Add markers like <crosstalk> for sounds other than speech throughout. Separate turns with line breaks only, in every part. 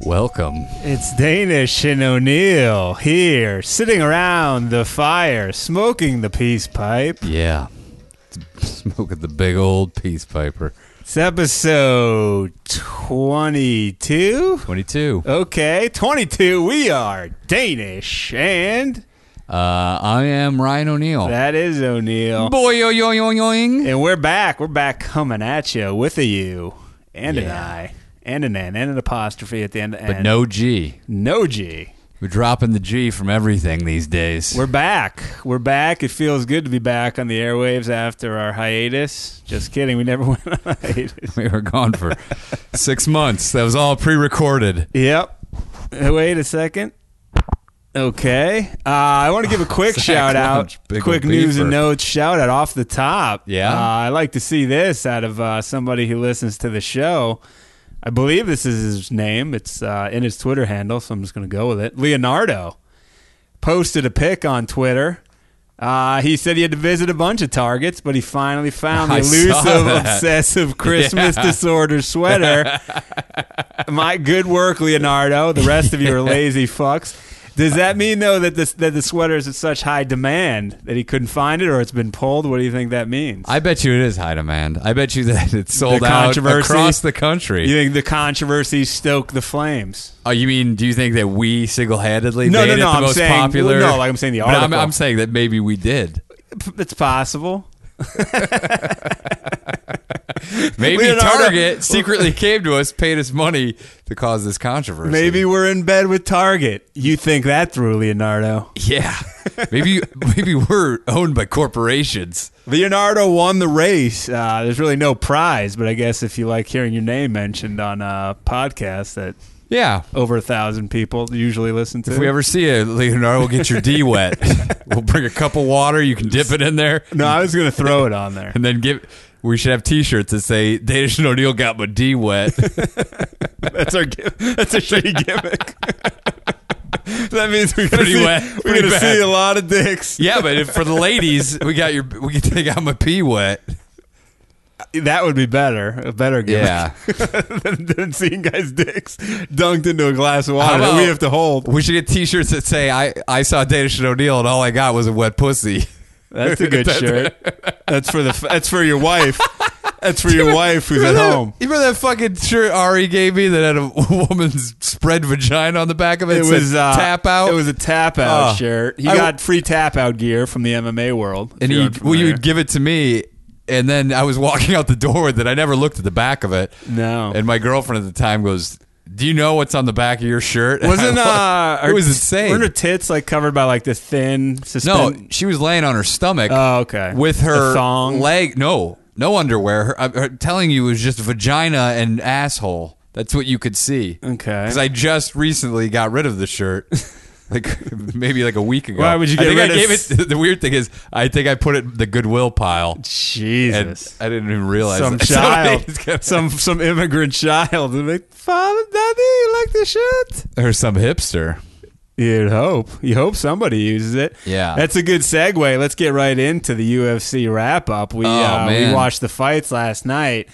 Welcome.
It's Danish and O'Neill here, sitting around the fire, smoking the peace pipe.
Yeah. Smoking the big old peace piper.
It's episode 22.
22.
Okay, 22. We are Danish, and
Uh, I am Ryan O'Neill.
that is O'Neill.
Boy, yo, yo, yo, yoing.
And we're back. We're back coming at you with a U and an
Yeah.
I and an N and an apostrophe at the end.
But no G.
no G.
We're dropping the G from everything these days.
We're back. We're back. It feels good to be back on the airwaves after our hiatus. Just kidding. We never <laughs> went on a
<laughs>
hiatus.
we were gone for six months. That was all pre recorded.
Yep. Uh, Wait a second. Okay. Uh, I want to give a
<laughs>
quick
Zach
shout out.
Lounge, big
Quick
ol'
news and
beeper.
notes shout out off the top.
Yeah?
Uh, I like to see this out of uh, somebody who listens to the show. I believe this is his name. It's uh, in his Twitter handle, so I'm just going to go with it. Leonardo posted a pic on Twitter. Uh, he said he had to visit a bunch of targets, but he finally found
<laughs>
the
I saw
elusive,
that.
obsessive Christmas
<laughs> Yeah.
disorder sweater. My good work, Leonardo. The rest of you
<laughs>
are lazy fucks. Does that mean though that this that the sweater is in such high demand that he couldn't find it, or it's been pulled? What do you think that means?
I bet you it is high demand. I bet you that it's sold
The
out
controversy.
across the country.
you think the controversy stoked the flames?
Oh, you mean? Do you think that we single-handedly
No,
made
no,
it the
no, I'm
most
saying-
popular?
well, no, like I'm saying the
But I'm,
article.
I'm saying that maybe we did.
P- It's possible.
Maybe
Leonardo-
Target secretly came to us, paid us money to cause this controversy.
Maybe we're in bed with Target. You think that through, Leonardo?
yeah. maybe maybe we're owned by corporations.
Leonardo won the race. Uh, there's really no prize, but I guess if you like hearing your name mentioned on a podcast that
Yeah.
over a thousand people usually listen to,
If we ever see it, Leonardo, we'll get your D wet. <laughs> we'll bring a cup of water. You can dip it in there,
no, I was gonna throw it on there.
and then give. We should have T-shirts that say "Danish and O'Neill got my D wet." <laughs>
That's our gi- that's a shitty gimmick. <laughs> that means we're gonna
Pretty
see,
wet,
We're
pretty
gonna
bad.
see a lot of dicks.
yeah, but if, for the ladies, we got your. We can take out my pee wet.
That would be better. A better gimmick
Yeah.
<laughs> than, than seeing guys' dicks dunked into a glass of water that
about-
we have to
<laughs>
hold.
We should get T-shirts that say "I I saw Danish and O'Neill and all I got was a wet pussy." <laughs>
<laughs> That's a good shirt. That's for the. f- That's for
<laughs>
your wife. That's for your wife who's at
Remember that-
home.
You remember that fucking shirt Ari gave me that had a <laughs> woman's spread vagina on the back of it?
It
said,
was uh,
tap out.
It was a tap out
Oh.
shirt. He
I-
got free tap out gear from the MMA world. if
and
you're
he well, you
<laughs> unfamiliar.
would give it to me, and then I was <laughs> walking out the door with it. I never looked at the back of it.
no.
And my girlfriend at the time goes, "Do you know what's on the back of your shirt?" <laughs> And
Wasn't
I
uh,
it was
t-
insane.
Weren't her tits like covered by like this thin
no,
suspend?
she was laying on her stomach
Oh, okay.
with
A
her
thong.
leg. No, no underwear. Her, I'm her telling you, it was just vagina and asshole. That's what you could see.
okay.
Because I just recently got rid of the
<laughs>
shirt, like <laughs> maybe like a week ago.
Why would you
I
get
think
rid
I
of
gave
s-
it. <laughs> The weird thing is, I think I put it in the goodwill pile, and
Jesus.
I didn't even realize <laughs>
Some
that.
child,
Somebody's gonna-
<laughs> some some immigrant child, and like, Father, Daddy, you like this shirt?
<laughs> or some hipster.
You'd hope. You hope somebody uses it.
Yeah.
That's a good segue. Let's get right into the UFC wrap up. We
Oh,
uh, we
man.
watched the fights last night.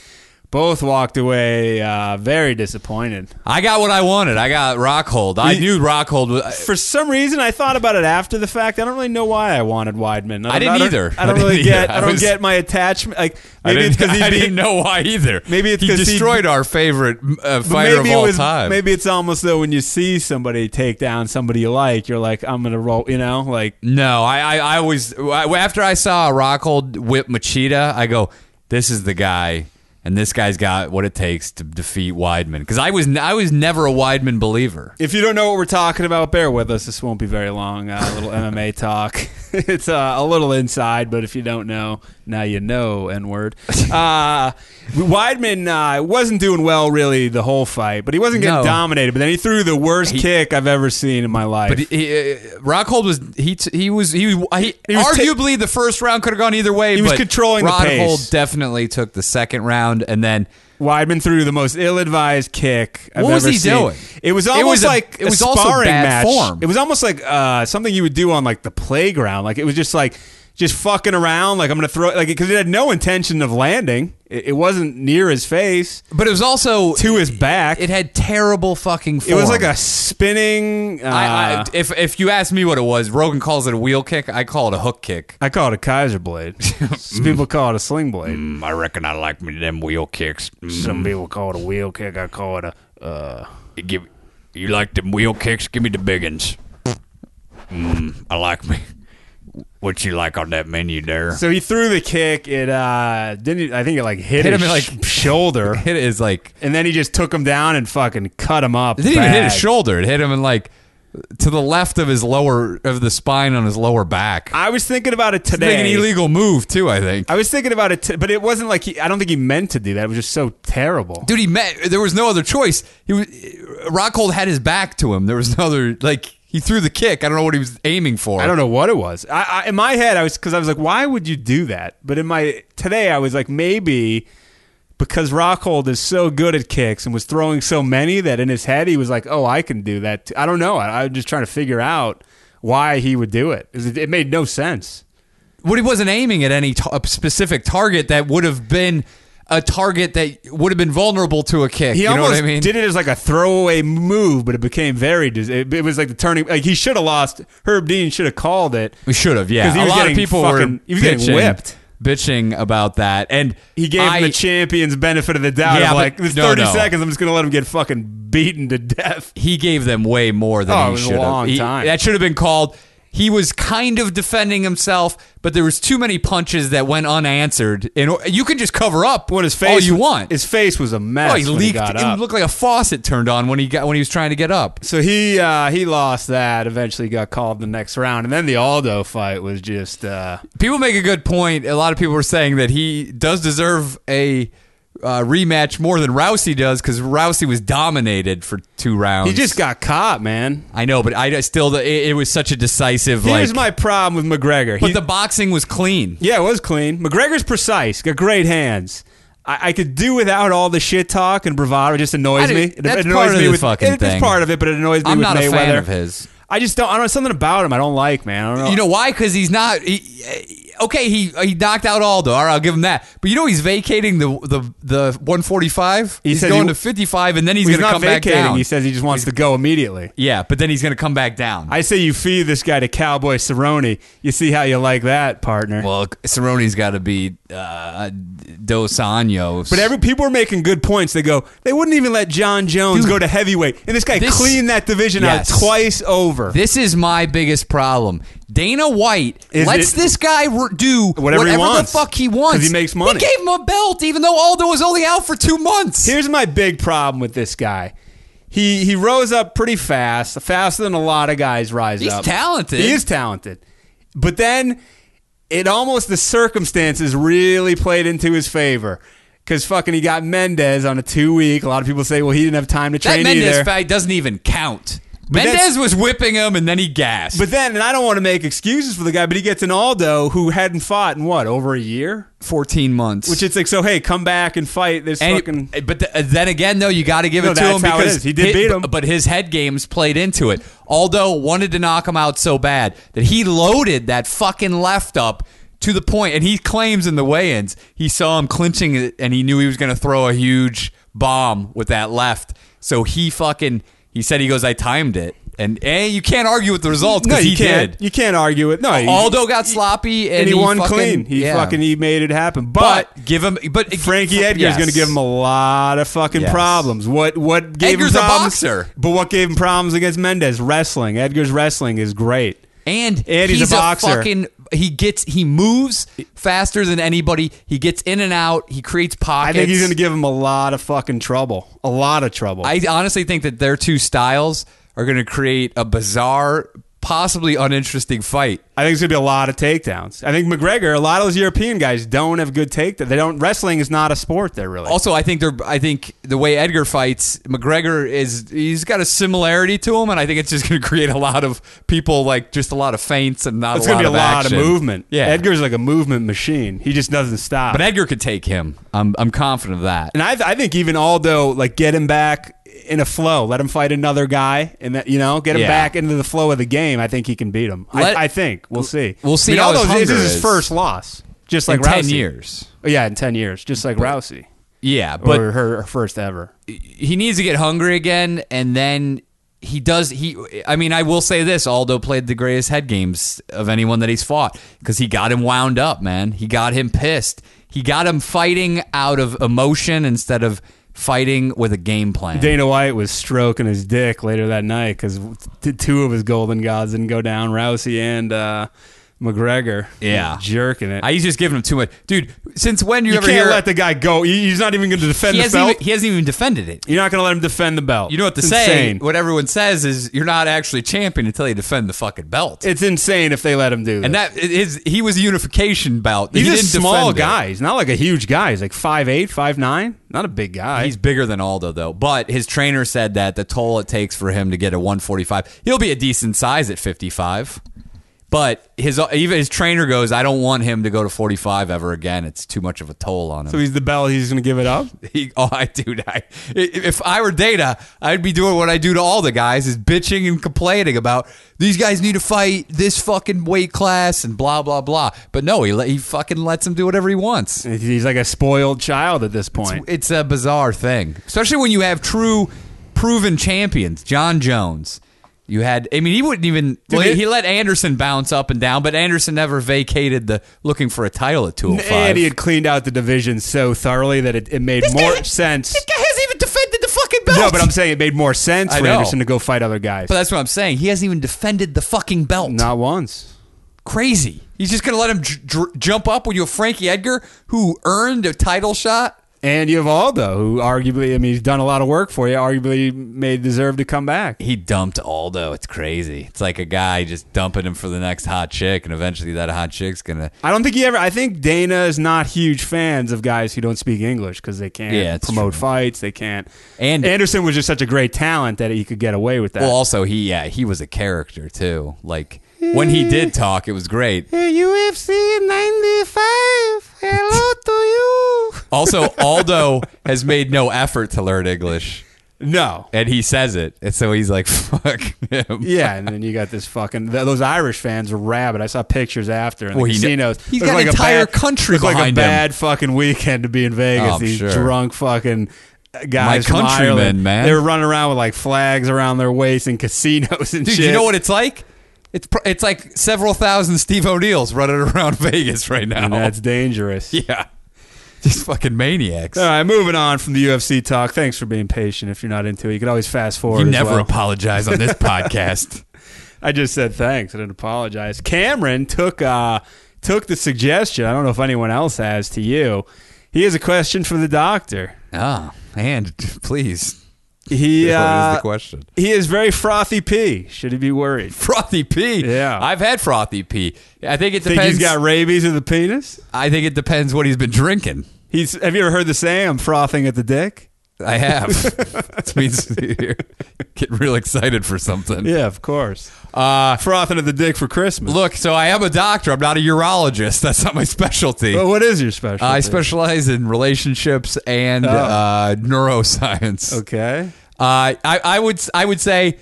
Both walked away uh, very disappointed.
I got what I wanted. I got Rockhold. I
You-
knew Rockhold. Was,
For some reason, I thought about it after the fact. I don't really know why I wanted Weidman.
I didn't
don't-
either.
I
<laughs>
don't
I didn't
really get.
either.
I
I
don't
was-
get my attachment. Like
I
maybe it's
didn't,
because he
<laughs> I
beat
didn't know why either.
Maybe it's
he
'cause he-
destroyed our favorite uh,
But
fighter of
it
all
was,
time.
Maybe it's almost though when you see somebody take down somebody you like, you're like, I'm gonna roll. You know, like
No, I, I, I always I, after I saw Rockhold whip Machida, I go, this is the guy, and this guy's got what it takes to defeat Weidman. Because I was n- I was never a Weidman believer.
if you don't know what we're talking about, bear with us. This won't be very long. Uh, a
<laughs>
little MMA talk. <laughs> It's uh, a little inside, but if you don't know, now you know.
<laughs>
N word. Uh, Weidman uh, wasn't doing well really the whole fight, but he wasn't getting
No.
dominated. But then he threw the worst kick I've ever seen in my life.
But he, he, uh, Rockhold was he t- he was he was he,
He was ta-
arguably the first round could have gone either way.
He was
but
controlling the
Rockhold
pace.
definitely took the second round, and then
Weidman threw the most ill-advised kick I've
What was
ever
he
seen.
doing?
It was
It
almost
was a-
like
it was
a
also
sparring
bad
match.
form.
It was almost like uh, something you would do on like the playground. Like it was just like just fucking around like I'm gonna throw it like because it had no intention of landing. It, it wasn't near his face
But it was also
to his back.
It
It,
had terrible fucking. Form.
was like a spinning. Uh,
I, I,
I,
if if you ask me what it was, Rogan calls it a wheel kick. I call it a hook kick.
call it a Kaiser blade. <laughs> Some people call it a sling blade.
Mm, I reckon I like me them wheel kicks. Mm,
Some people call it a wheel kick. I call it a. Uh,
give you like them wheel kicks? Give me the big ones. Mm, I like me. What you like on that menu there?
so he threw the kick. It uh, didn't. I think it like hit,
Hit
his
him, like-
sh-
<laughs>
shoulder,
It is like
and then he just took him down and fucking cut him up.
it didn't even hit his
bad.
shoulder. It hit him in like to the left of his lower of the spine on his lower back.
I was thinking about it
Make an
today.
illegal move too. I think.
I was thinking about it, t- but it wasn't like he, I don't think he meant to do that. It was just so terrible.
dude, he met. There was no other choice. He was Rockhold had his back to him. There was no other. Like he threw the kick. I don't know what he was aiming for.
I don't know what it was. I, I in my head, I was because I was like, why would you do that? But in my today, I was like, maybe because Rockhold is so good at kicks and was throwing so many that in his head he was like, oh, I can do that. Too. I don't know. I, I'm just trying to figure out why he would do it. 'Cause It, it made no sense.
What he wasn't aiming at any t- a specific target that would have been a target that would have been vulnerable to a kick.
He
you know
almost
what I mean?
did it as like a throwaway move, but it became very. dis- It, it was like the turning. Like he should have lost. Herb Dean should have called it.
we should have. Yeah,
'Cause he
a
was
lot of
getting
people were
fucking- he was
bitching,
getting whipped.
bitching about that, and
He gave
I-
him the champions benefit of the doubt.
Yeah, but-
of like this
no,
thirty
no.
seconds, I'm just gonna let him get fucking beaten to death.
he gave them way more than
Oh,
he
it was a
should
long
have. He-
time.
that should have been called. He was kind of defending himself, but there was too many punches that went unanswered. And you can just cover up
When his face,
all you want.
His face was a mess.
oh, he
when
leaked.
got
it
up.
looked like a faucet turned on when he got when he was trying to get up.
so he uh, he lost that. Eventually, got called the next round, and then the Aldo fight was just. Uh,
People make a good point. A lot of people are saying that he does deserve a uh, rematch more than Rousey does because Rousey was dominated for two rounds.
he just got caught, man.
I know, but I still it, it was such a decisive.
Here's
like,
my problem with McGregor.
but
He-
the boxing was clean.
yeah, it was clean. McGregor's precise. Got great hands. I, I could do without all the shit talk and bravado. It just
I
annoys
didn't-
me. It,
that's
it annoys
part of
me
the
with
fucking
it-
thing.
It's part of it, but it annoys me
I'm
with
not a
Mayweather.
fan of his. Oh.
I just don't. I don't know something about him. I don't like, man. I don't know.
You know why? Because he's not. He, okay, he he knocked out Aldo. All right, I'll give him that. But you know he's vacating the the the 145.
He
he's
said
going to
he-
55, and then he's,
he's
going to
not
come back
vacating.
down.
He says he just wants to go immediately.
yeah, but then he's going to come back down.
I say you feed this guy to Cowboy Cerrone. You see how you like that, partner.
well, Cerrone's got to be uh, Dos Anjos.
but every people are making good points. They go, they wouldn't even let John Jones go to heavyweight, and this guy
this-
cleaned that division
Yes.
out twice over.
this is my biggest problem. Dana White
Is
lets
it-
this guy r do
Whatever he wants.
the fuck he wants
'Cause he makes
He
money.
gave him a belt, even though Aldo was only out for two months.
Here's my big problem with this guy. He he rose up pretty fast, faster than a lot of guys rise
He's
up.
talented.
He is talented. But then it almost the circumstances really played into his favor. Cause fucking he got Mendez on a two week. A lot of people say, well, he didn't have time to
That
train
Mendez
either.
fight doesn't even count.
But that's-
Mendez was whipping him and then he gassed.
but then, and I don't want to make excuses for the guy, but he gets an Aldo who hadn't fought in what over a year,
14 months.
which it's like, so hey, come back and fight this
and,
fucking.
But th- then again, though, you got to give
No,
it to him
that's how it
because
is. He did
hi-
beat him.
bu- But his head games played into it. Aldo wanted to knock him out so bad that he loaded that fucking left up to the point, and he claims in the weigh-ins he saw him clinching it, and he knew he was going to throw a huge bomb with that left. So he fucking he said he goes, I timed it, and eh, you can't argue with the results
no,
because
you
he
can't.
did.
You can't argue with no. he-
Aldo got sloppy and,
and he, won
fucking-
clean. He
yeah.
fucking he made it happen. But,
But give him. But
Frankie Edgar's
Yes.
going to give him a lot of fucking
Yes.
problems. What what gave
Edgar's a
him problems?
boxer.
But what gave him problems against Mendez? Wrestling. Edgar's wrestling is great.
And,
And he's a boxer.
fucking he gets he moves faster than anybody. He gets in and out. He creates
I
pockets.
think he's going to give him a lot of fucking trouble. A lot of trouble.
I honestly think that their two styles are going to create a bizarre, possibly uninteresting fight.
I think it's going to be a lot of takedowns. I think McGregor, a lot of those European guys don't have good takedowns. They don't wrestling is not a sport there really.
Also, I think they're I think the way Edgar fights McGregor is he's got a similarity to him, and I think it's just going to <laughs> create a lot of people like just a lot of feints and not.
it's
a lot
going to be a
of
lot
action.
of movement.
Yeah,
Edgar's like a movement machine. He just doesn't stop.
but Edgar could take him. I'm I'm confident of that.
And I, I think even Aldo, like, get him back. in a flow. Let him fight another guy, and that you know, get him
Yeah.
back into the flow of the game. I think he can beat him.
Let-
I, I think we'll see.
We'll see
I mean,
how
although
his
this
hunger
is
is.
his first loss, just like
in ten
Rousey. Oh,
years.
Yeah, in ten years, just like Rousey,
Yeah, but
or her first ever.
he needs to get hungry again and then he does he i mean i will say this aldo played the greatest head games of anyone that he's fought because he got him wound up man he got him pissed he got him fighting out of emotion instead of fighting with a game plan
Dana White was stroking his dick later that night because two of his golden gods didn't go down, Rousey and uh, McGregor.
Yeah.
jerking it.
I, he's just giving him too much dude since when do you,
you
ever
can't
hear
let the guy go. He- He's not even going to defend
he,
the
hasn't
belt.
even, he hasn't even defended it
You're not going to let him defend the belt.
you know what the
It's
saying
insane.
what everyone says is you're not actually champion until you defend the fucking belt
It's insane if they let him do that.
and that his he was a unification belt
he's
he
a
didn't
small
defend it.
guy. He's not like a huge guy. He's like 5'8", 5'9". Not a big guy.
He's bigger than Aldo though, but his trainer said that the toll it takes for him to get a 145, he'll be a decent size at 55. But his uh, even his trainer goes, I don't want him to go to 45 ever again. It's too much of a toll on him.
so he's the belt. He's going to give it up.
<laughs> He- oh, I dude, I, if I were Data, I'd be doing what I do to all the guys is bitching and complaining about these guys need to fight this fucking weight class and blah blah blah. But no, he let, he fucking lets him do whatever he wants.
He's like a spoiled child at this point.
it's a bizarre thing, especially when you have true, proven champions. John Jones, you had. I mean, he wouldn't even. well,
it-
he let Anderson bounce up and down, but Anderson never vacated the looking for a title at two hundred five.
And he had cleaned out the division so thoroughly that it, it made more sense.
This guy hasn't even defended the fucking belt.
No, but I'm saying it made more sense
I
for
know.
Anderson to go fight other guys.
But that's what I'm saying. He hasn't even defended the fucking belt.
Not once.
Crazy. He's just gonna let him j- dr- jump up when you have Frankie Edgar, who earned a title shot.
And you have Aldo, who arguably, I mean, he's done a lot of work for you, arguably may deserve to come back.
he dumped Aldo. It's crazy. It's like a guy just dumping him for the next hot chick, and eventually that hot chick's gonna.
I don't think he ever. I think Dana is not huge fans of guys who don't speak English because they can't
Yeah, it's
promote
true.
fights. They can't.
And-
Anderson was just such a great talent that he could get away with that.
Well, also he yeah he was a character too. Like when he did talk, it was great.
UFC '95. Hello to
Also, Aldo has made no effort to learn English,
you. No.
and he says it, and so he's like, <laughs> "Fuck him."
Yeah, and then you got this fucking th- those Irish fans were rabid. I saw pictures after in the
Well, he kn-
casinos.
he's
It was
got an
a
entire
bad-
country
it was like a
behind him.
bad fucking weekend to be in Vegas.
Oh, I'm
These
sure.
drunk fucking guys from
countrymen,
Ireland.
man.
They were running around with like flags around their waist in casinos and
Dude,
shit.
you know what it's like? It's pr- it's like several thousand Steve O'Neills running <laughs> around Vegas right now.
And that's
<laughs>
dangerous.
yeah, these fucking maniacs.
All right, moving on from the UFC talk. Thanks for being patient. If you're not into it, you can always fast forward.
you
as
never
well.
apologize on
<laughs>
this podcast.
I just said thanks. I didn't apologize. Cameron took uh, took the suggestion. I don't know if anyone else has to you. He has a question for the doctor.
Ah, and <laughs> please.
He
What is
uh,
the question?
he is very frothy pee. Should he be worried?
Frothy pee.
Yeah.
I've had frothy pee. I think it
Think
depends.
he's got rabies of the penis?
I think it depends what he's been drinking.
He's. Have you ever heard the saying? I'm frothing at the dick.
I have. <laughs> it means <laughs> you're getting real excited for something.
Yeah, of course.
Uh,
Frothing at the dick for Christmas.
look, so I am a doctor. I'm not a urologist. That's not my <laughs> specialty.
Well, what is your special?
I specialize in relationships and uh, neuroscience.
Oh. Okay.
Uh, I, I would I would say,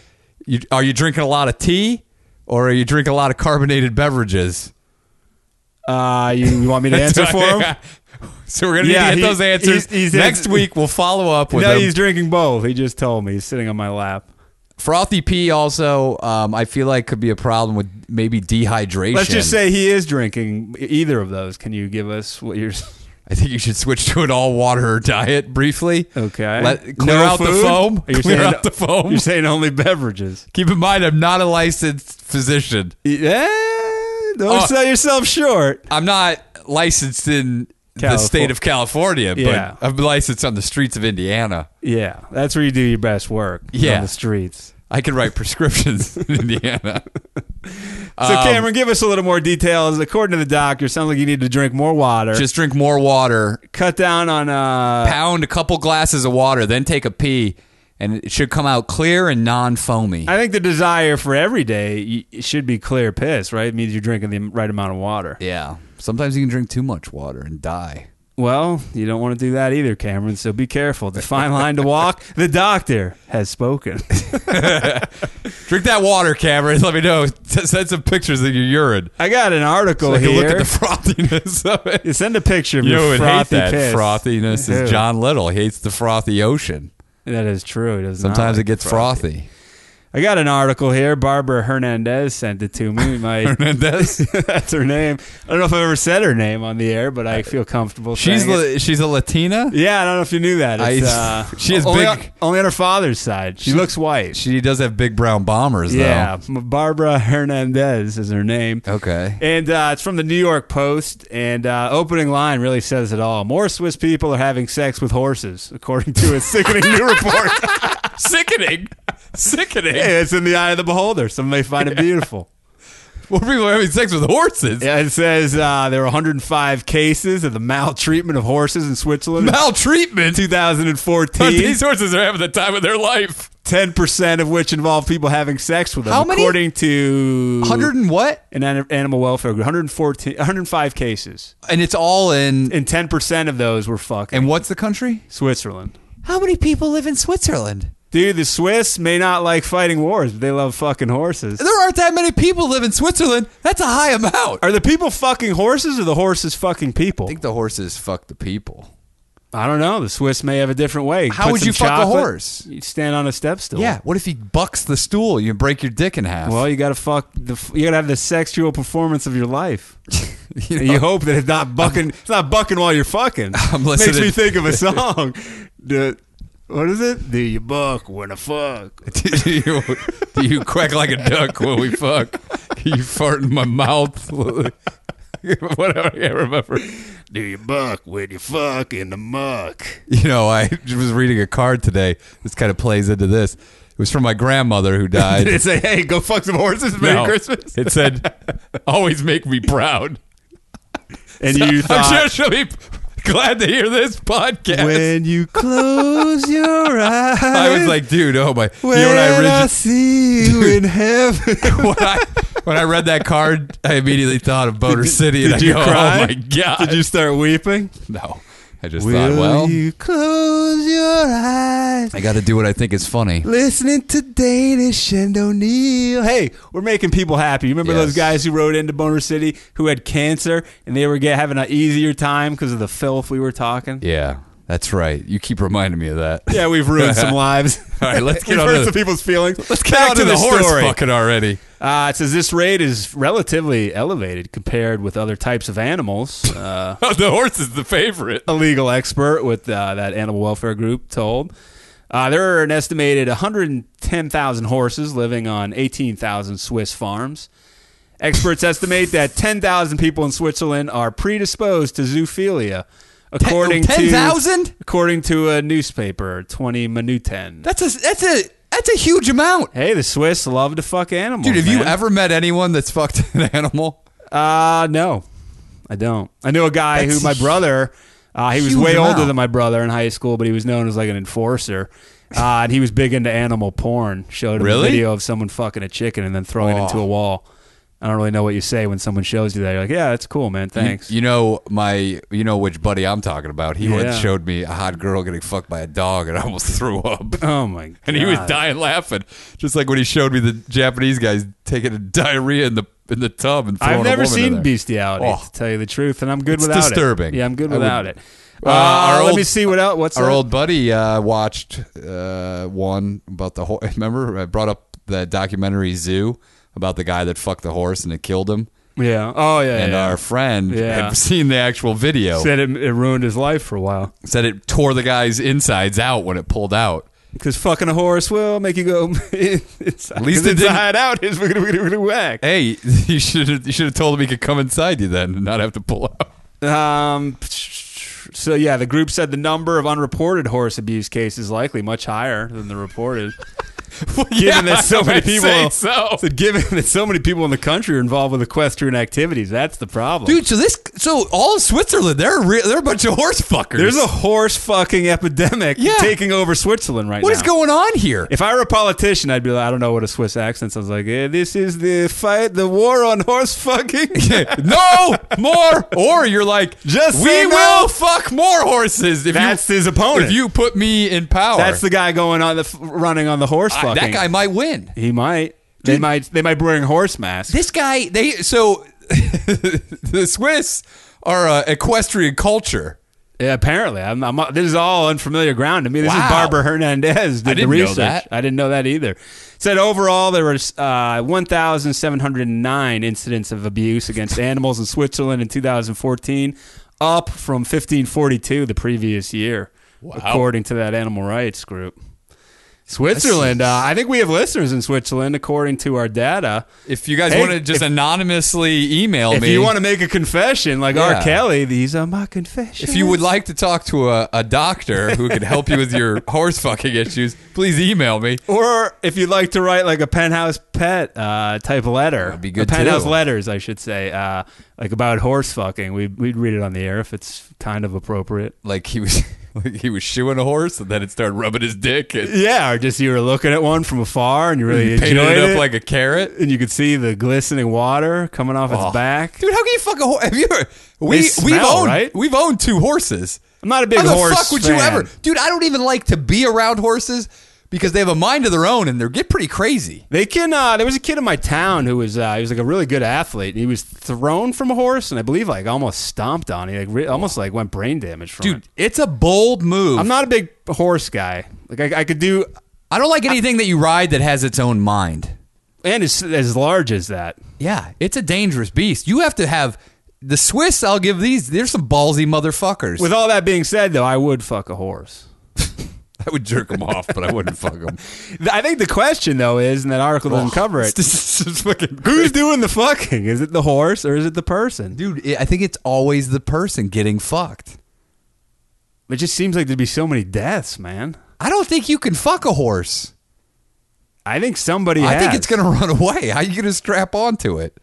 you, are you drinking a lot of tea, or are you drinking a lot of carbonated beverages?
Uh, you, you want me to <laughs> answer for him?
<laughs> So we're gonna need to
Yeah,
get
he-
those answers
he's- he's-
next week. We'll follow up with
No,
him.
he's drinking both. He just told me. He's sitting on my lap.
frothy pee. Also, um, I feel like could be a problem with maybe dehydration.
Let's just say he is drinking either of those. Can you give us what you're? <laughs>
I think you should switch to an all water <laughs> diet briefly.
Okay.
Let, clear
No
out the
food?
foam.
Are you
Clear
saying-
out the foam.
You're saying only beverages.
Keep in mind, I'm not a licensed physician.
Yeah. Don't
Oh.
sell yourself short.
I'm not licensed in the
Californ-
state of California,
Yeah.
but I'm licensed on the streets of Indiana.
Yeah, that's where you do your best work. is
Yeah.
On the streets.
I can write prescriptions <laughs> in
<laughs>
Indiana.
So
Um,
Cameron, give us a little more details. According to the doctor, sounds like you need to drink more water.
Just drink more water.
cut down on uh
pound a couple glasses of water, then take a pee, and it should come out clear and non foamy.
I think the desire for every day y- it should be clear piss, right? It means you're drinking the right amount of water.
Yeah. Sometimes you can drink too much water and die.
Well, you don't want to do that either, Cameron. So be careful. The fine line to <laughs> walk. The doctor has spoken.
Drink that water, Cameron. Let me know. <laughs> S- Send some pictures of your urine.
I got an article
So I can
here.
look at the frothiness of it.
You send a picture of
You
<laughs> your
would hate
frothy
that
piss.
frothiness
Ew.
is John Little. He hates the frothy ocean.
That is true. It does not
Sometimes it
like
gets frothy.
I got an article here. Barbara Hernandez sent it to <laughs> me. My
Hernandez.
that's her name. I don't know if I've ever said her name on the air, but I feel comfortable.
She's
saying it.
la- she's a Latina.
yeah. I don't know if you knew that. It's, <laughs>
I-
uh,
she is
only
big-
On, only on her father's side. She, looks white.
She does have big brown bombers
yeah, Barbara Hernandez is her name.
though. Okay. <laughs>
And uh, it's from the New York Post, and uh, opening line really says it all. More Swiss people are having sex with horses, according to a sickening new report.
<laughs> Sickening. Sickening.
hey, it's in the eye of the beholder. Some may find
<laughs>
it beautiful.
What people are having sex with horses?
Yeah, it says uh, there were 105 cases of the maltreatment of horses in Switzerland <laughs> in
Maltreatment. But
2014,
these horses are having the time of their life.
10% of which involved people having sex with them,
How many?
according to
and what?
an an animal welfare group. 114, 105 cases,
And it's all in.
and 10% of those were fucking
And what's the country?
Switzerland.
How many people live in Switzerland?
Dude, the Swiss may not like fighting wars, but they love fucking horses.
There aren't that many people live in Switzerland. That's a high amount. I
Are the people fucking horses or the horses fucking people?
think the horses fuck the people.
I don't know. The Swiss may have a different way.
How
Put
would
some
you fuck a
chocolate-
horse?
You stand on a step stool.
Yeah. What if he bucks the stool? You break your dick in half.
Well, you gotta fuck the. f- You gotta have the sexual performance of your life.
<laughs> you
And
know,
you hope that it's not bucking. It's not bucking while you're fucking.
<laughs> I'm
Makes
listening-
me
<laughs>
think of a song. Do- what is it? <laughs> Do you buck when I fuck?
do, you, do you quack like a duck when we fuck? You fart in my mouth. <laughs> Whatever. I can't remember.
Do you buck when you fuck in the muck?
<laughs> You know, I was reading a card today. This kind of plays into this. It was from my grandmother who died.
Did it say, "Hey, go fuck some horses, Merry
No. <laughs>
Christmas"?
It said, "Always make me proud."
And <laughs> you
<laughs> I'm sure
thought
she'll be glad to hear this podcast.
when you close your eyes,
<laughs> I was like, dude, oh my! You
when
know what I,
I,
origi-
see you
<laughs>
in heaven.
when I when I read that card, I immediately thought of Boulder City, and
Did
I
you
go,
cry?
"Oh my god!"
Did you start weeping?
<laughs> no, I just thought, well,
you close your eyes?
I got to do what I think is <laughs> funny.
Listening to Danish and O'Neill. Hey, we're making people happy. You remember
Yes.
those guys who rode into Boner City who had cancer and they were get, having an easier time because of the filth we were talking?
Yeah, that's right. You keep reminding me of that.
Yeah, we've ruined some lives.
<laughs> All right, <laughs> let's get
We've
on
hurt
to-
some people's feelings. Let's
Get on to the, horse fucking <laughs> already.
Uh, it says this rate is relatively elevated compared with other types of animals. Uh,
Oh, the horse is the favorite.
a legal expert with uh, that animal welfare group told. Uh, there are an estimated 110,000 horses living on 18,000 Swiss farms. Experts estimate that 10,000 people in Switzerland are predisposed to zoophilia, according to according to a newspaper, 20 Minuten.
That's a that's a that's a huge amount,
Hey, the Swiss love to fuck animals.
dude. Have you
Oh, man.
ever met anyone that's fucked <laughs> an animal?
Uh no, I don't. I knew a guy
That's
who my
a hu-
brother. Uh, he was
huge
way older
amount.
than my brother in high school, but he was known as like an enforcer. Uh, and he was big into animal porn. Showed him a
Really?
video of someone fucking a chicken and then throwing it
Oh.
into a wall. I don't really know what you say when someone shows you that. You're like, yeah, that's cool, man. Thanks.
You know my, you know which buddy I'm talking about. He
Yeah.
once showed me a hot girl getting fucked by a dog, and I almost <laughs> threw up.
oh my god.
And he was dying laughing, just like when he showed me the Japanese guys taking a diarrhea in the in the tub and throwing
I've
a
never
woman in
seen
there.
bestiality,
Oh.
to tell you the truth, and I'm good
It's
without it.
disturbing.
Yeah, I'm good
I would-
without it. Uh,
Uh, our
let
old-
me see what else. What's
Our
that?
old buddy uh, watched uh, one about the horse. <laughs> Remember, I brought up the documentary Zoo about the guy that fucked the horse and it killed him.
Yeah. Oh yeah.
And
yeah.
our friend
Yeah.
had seen the actual video.
said it, it ruined his life for a while.
said it tore the guy's insides out when it pulled out.
Because fucking a horse will make you go <laughs> inside. At
least
least
it didn't-
inside <laughs> out is wiggity wiggity wiggity whack.
Hey, <laughs> you should have, you should have told him he could come inside you then and not have to pull
<laughs>
out.
Um, so yeah, the group said the number of unreported horse abuse cases likely much higher than the reported. given
Yeah,
that so
<laughs>
many
I'd say
people
so.
said, given that <laughs> so many people in the country are involved with equestrian activities, that's the problem.
Dude, so this, so all of Switzerland, they're re- they're a bunch of horse fuckers.
there's a horse fucking epidemic
Yeah.
taking over Switzerland right
what
now.
is going on here?
If I were a politician, I'd be like, I don't know what a Swiss accent sounds like. Eh, this is the fight, the war on horse <laughs> fucking.
no more, or you're like,
Just
we
say
will
no.
fuck more horses. If
That's
you,
his opponent.
If you put me in power,
That's the guy going on the f- running on the horse
I-
fucking.
that guy might win.
He might. They
Dude.
might. They might be wearing horse masks.
This guy, they so <laughs> the Swiss are a equestrian culture.
yeah, apparently, I'm, I'm. This is all unfamiliar ground to me. This
Wow.
is Barbara Hernandez did
didn't
the
know
research.
that.
I didn't know that either. Said overall there were uh, 1,709 incidents of abuse against animals in Switzerland in 2014, up from 1542 the previous year, according to that animal rights group. Switzerland. Uh, I think we have listeners in Switzerland, according to our data.
If you guys
Hey,
want to just anonymously email
If
me,
you want to make a confession, like
Yeah.
R. Kelly, these are my confessions.
if you would like to talk to a, a doctor who could help you with your <laughs> horse fucking issues, please email me.
or if you'd like to write like a penthouse pet uh, type letter, that'd
be good
penthouse
too.
letters, I should say, uh, like about horse fucking. We we'd read it on the air if it's kind of appropriate.
Like he was, <laughs> like he was shoeing a horse, and then it started rubbing his dick and
Yeah, or just you were looking at one from afar and you really
painted
enjoyed
it up
it,
like a carrot.
and you could see the glistening water coming off
Oh.
its back.
Dude, how can you fuck a horse? Have you ever? We we've
smell,
owned
right?
we've owned two horses.
I'm not a big
how the
horse
fuck would you
fan.
ever? Dude, I don't even like to be around horses because they have a mind of their own and they get pretty crazy.
They can. Uh, there was a kid in my town who was. Uh, he was like a really good athlete. And he was thrown from a horse, and I believe like almost stomped on. He like re- almost like went brain damage from
Dude,
it.
it's a bold move.
I'm not a big horse guy. Like I, I could do,
I don't like anything that you ride that has its own mind.
and as as large as that.
Yeah, it's a dangerous beast. You have to have the Swiss. I'll give these. There's some ballsy motherfuckers.
With all that being said, though, I would fuck a horse.
I would jerk them off, but I wouldn't fuck <laughs> them.
Th- I think the question though is, and that article doesn't cover it. Who's doing the fucking? Is it the horse or is it the person?
Dude, I think it's always the person getting fucked.
It just seems like there'd be so many deaths, man.
I don't think you can fuck a horse.
I think somebody.
I think
has.
it's going to run away. How you going to strap onto it?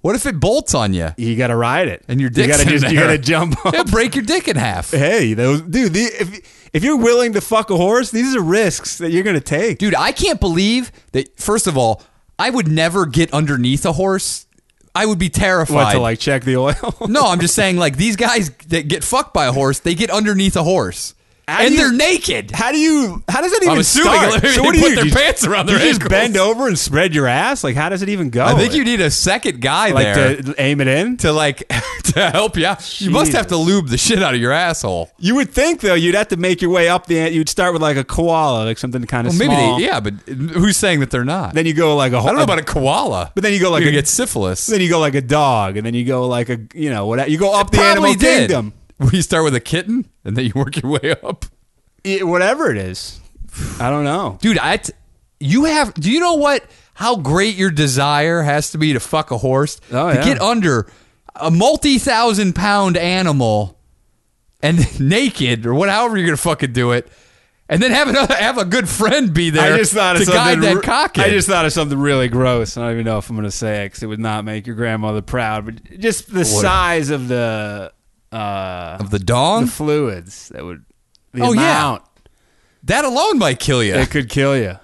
What if it bolts on
<laughs>
you
You got to ride it,
and your
you
dick's
got to
in
just
there?
you got to jump. <laughs> on
It'll break your dick in half.
Hey, those dude, the, if if you're willing to fuck a horse, these are risks that you're gonna take.
Dude, I can't believe that, first of all, I would never get underneath a horse. I would be terrified.
what to like check
<laughs>
the oil?
No, I'm just saying, like, these guys that get fucked by a horse, they get underneath a horse.
How
and
do you-
they're naked.
how do you? How does that even
assuming
start?
they
what do
put
you
their
do?
pants around their
You just
ankles.
bend over and spread your ass. Like how does it even go?
I think you need a second guy
like
there to,
to aim it in.
like, <laughs> to help you out. You must have to
Jesus.
lube the shit out of your asshole.
You would think though, you'd have to make your way up the. ant- You'd start with like a koala, like something kind of
Well, maybe
small.
they, yeah, but who's saying that they're not?
Then you go like a. Whole,
I don't know about a koala,
But then you go like
you're
a,
gonna get syphilis.
then you go like a dog, and then you go like a you know what? You go up the
Probably
animal
did.
kingdom,
Where you start with a kitten and then you work your way up.
It- whatever it is. I don't know.
Dude, I t- you have do you know what how great your desire has to be to fuck a horse
Oh,
to
yeah.
get under a multi-thousand pound animal and <laughs> naked or what however you're going to fucking do it. And then have another have a good friend be there
I just thought of
to guide
something.
that
re-
cock. in.
I just thought of something really gross. I don't even know if I'm going to say it because it would not make your grandmother proud. But just the size of the uh,
of the
the
dong
fluids that would the
Oh, yeah.
amount
that alone might kill you.
that could kill you.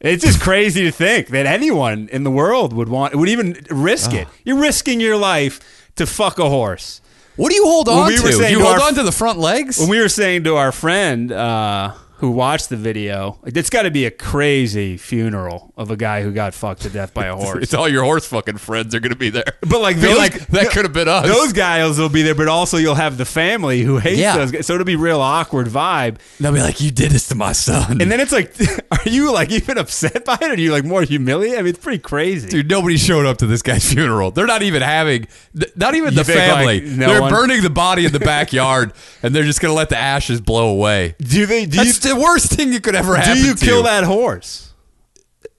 It's just crazy to think that anyone in the world would want would even risk it. You're risking your life to fuck a horse.
What do you hold
Well,
on
we
to?
were
Do
saying
you
to
hold
our-
on to the front legs?
When we were saying to our friend uh, who watched the video, like, it's got to be a crazy funeral of a guy who got fucked to death
<laughs>
by a horse.
It's all your horse fucking friends are gonna be there.
But like
Be
those,
like, that could have been us.
Those guys will be there, but also you'll have the family who hates
Yeah.
those guys. So it'll be real awkward vibe.
They'll be like, "You did this to my son,"
And then it's like, <laughs> are you like even upset by it? Or are you like more humiliated? I mean, it's pretty crazy.
dude, nobody showed up to this guy's <laughs> funeral. They're not even having, th- not even the
You think,
family.
like, no
they're
one-
burning the body in the <laughs> backyard, and they're just gonna let the ashes blow away.
Do they? Do you,
That's the worst thing that could ever happen.
do you
to
kill that horse?
<laughs>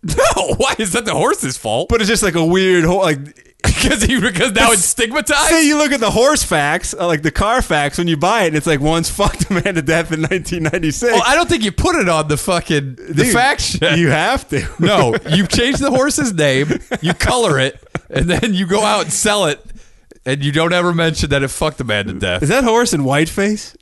No, why is that the horse's fault? <laughs>
But it's just like a weird, ho- like
because he because that would stigmatize.
Say you look at the horse facts, uh, like the car facts, when you buy it, it's like once <laughs> fucked a man to death in 1996.
Well, I don't think you put it on the fucking the
Dude,
fact sheet.
You have to.
no, you change the horse's name, you color it, and then you go out and sell it, and you don't ever mention that it fucked a man to death.
<laughs> Is that horse in whiteface?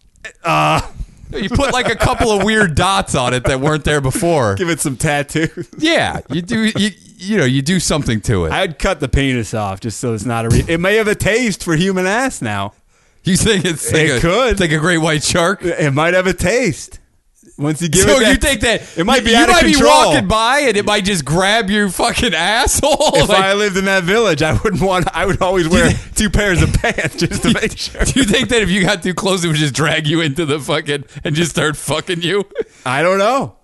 You put like a couple of weird dots on it that weren't there before.
Give it some tattoos.
Yeah, you do. You, you know, you do something to it.
I'd cut the penis off just so it's not a. Re- it may have a taste for human ass now.
You think it's like
It
a,
could.
like a great white shark.
It might have a taste. Once you give
So
it, that,
you think that
it might be
you
out of
might be
control.
walking by and it might just grab your fucking asshole.
If
Like,
I lived in that village, I wouldn't want. I would always wear two pairs of pants just <laughs> to make sure.
do you think that if you got too close, it would just drag you into the fucking and just start fucking you?
I don't know.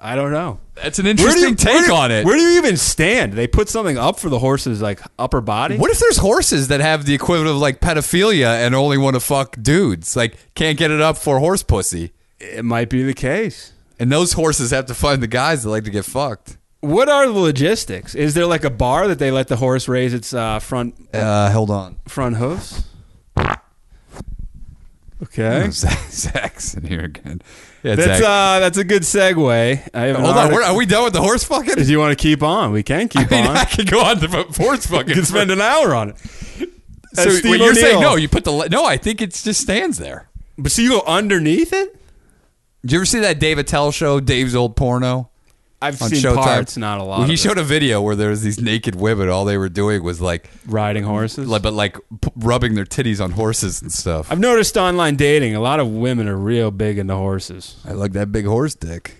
I don't know.
That's an interesting
where
take
do-
on it.
Where do you even stand? They put something up for the horse's like upper body.
What if there's horses that have the equivalent of like pedophilia and only want to fuck dudes? Like can't get it up for horse pussy.
It might be the case.
And those horses have to find the guys that like to get fucked.
What are the logistics? Is there like a bar that they let the horse raise its uh, front
Uh, hold on.
front hooves? Okay,
Zach- <laughs> Zach's in here again. Yeah,
that's
Zach.
uh, that's a good segue. I have an
uh, hold on.
artic-
We're, are we done with the horse fucking?
If you want to keep on, we can
<laughs>
keep
I mean,
on.
I could go on to horse fucking.
You can <laughs> spend an hour on it.
so
That's
what
Steve
you're
O'Neill.
saying no. You put the le- no. I think it just stands there.
But so you go underneath it?
Did you ever see that Dave Attell show? Dave's old porno.
I've
on
seen
Showtime.
parts, not a lot.
Well, he
of it.
showed a video where there was these naked women. All they were doing was like,
riding horses.
like but like p- rubbing their titties on horses and stuff.
I've noticed online dating, a lot of women are real big into horses.
I like that big horse dick.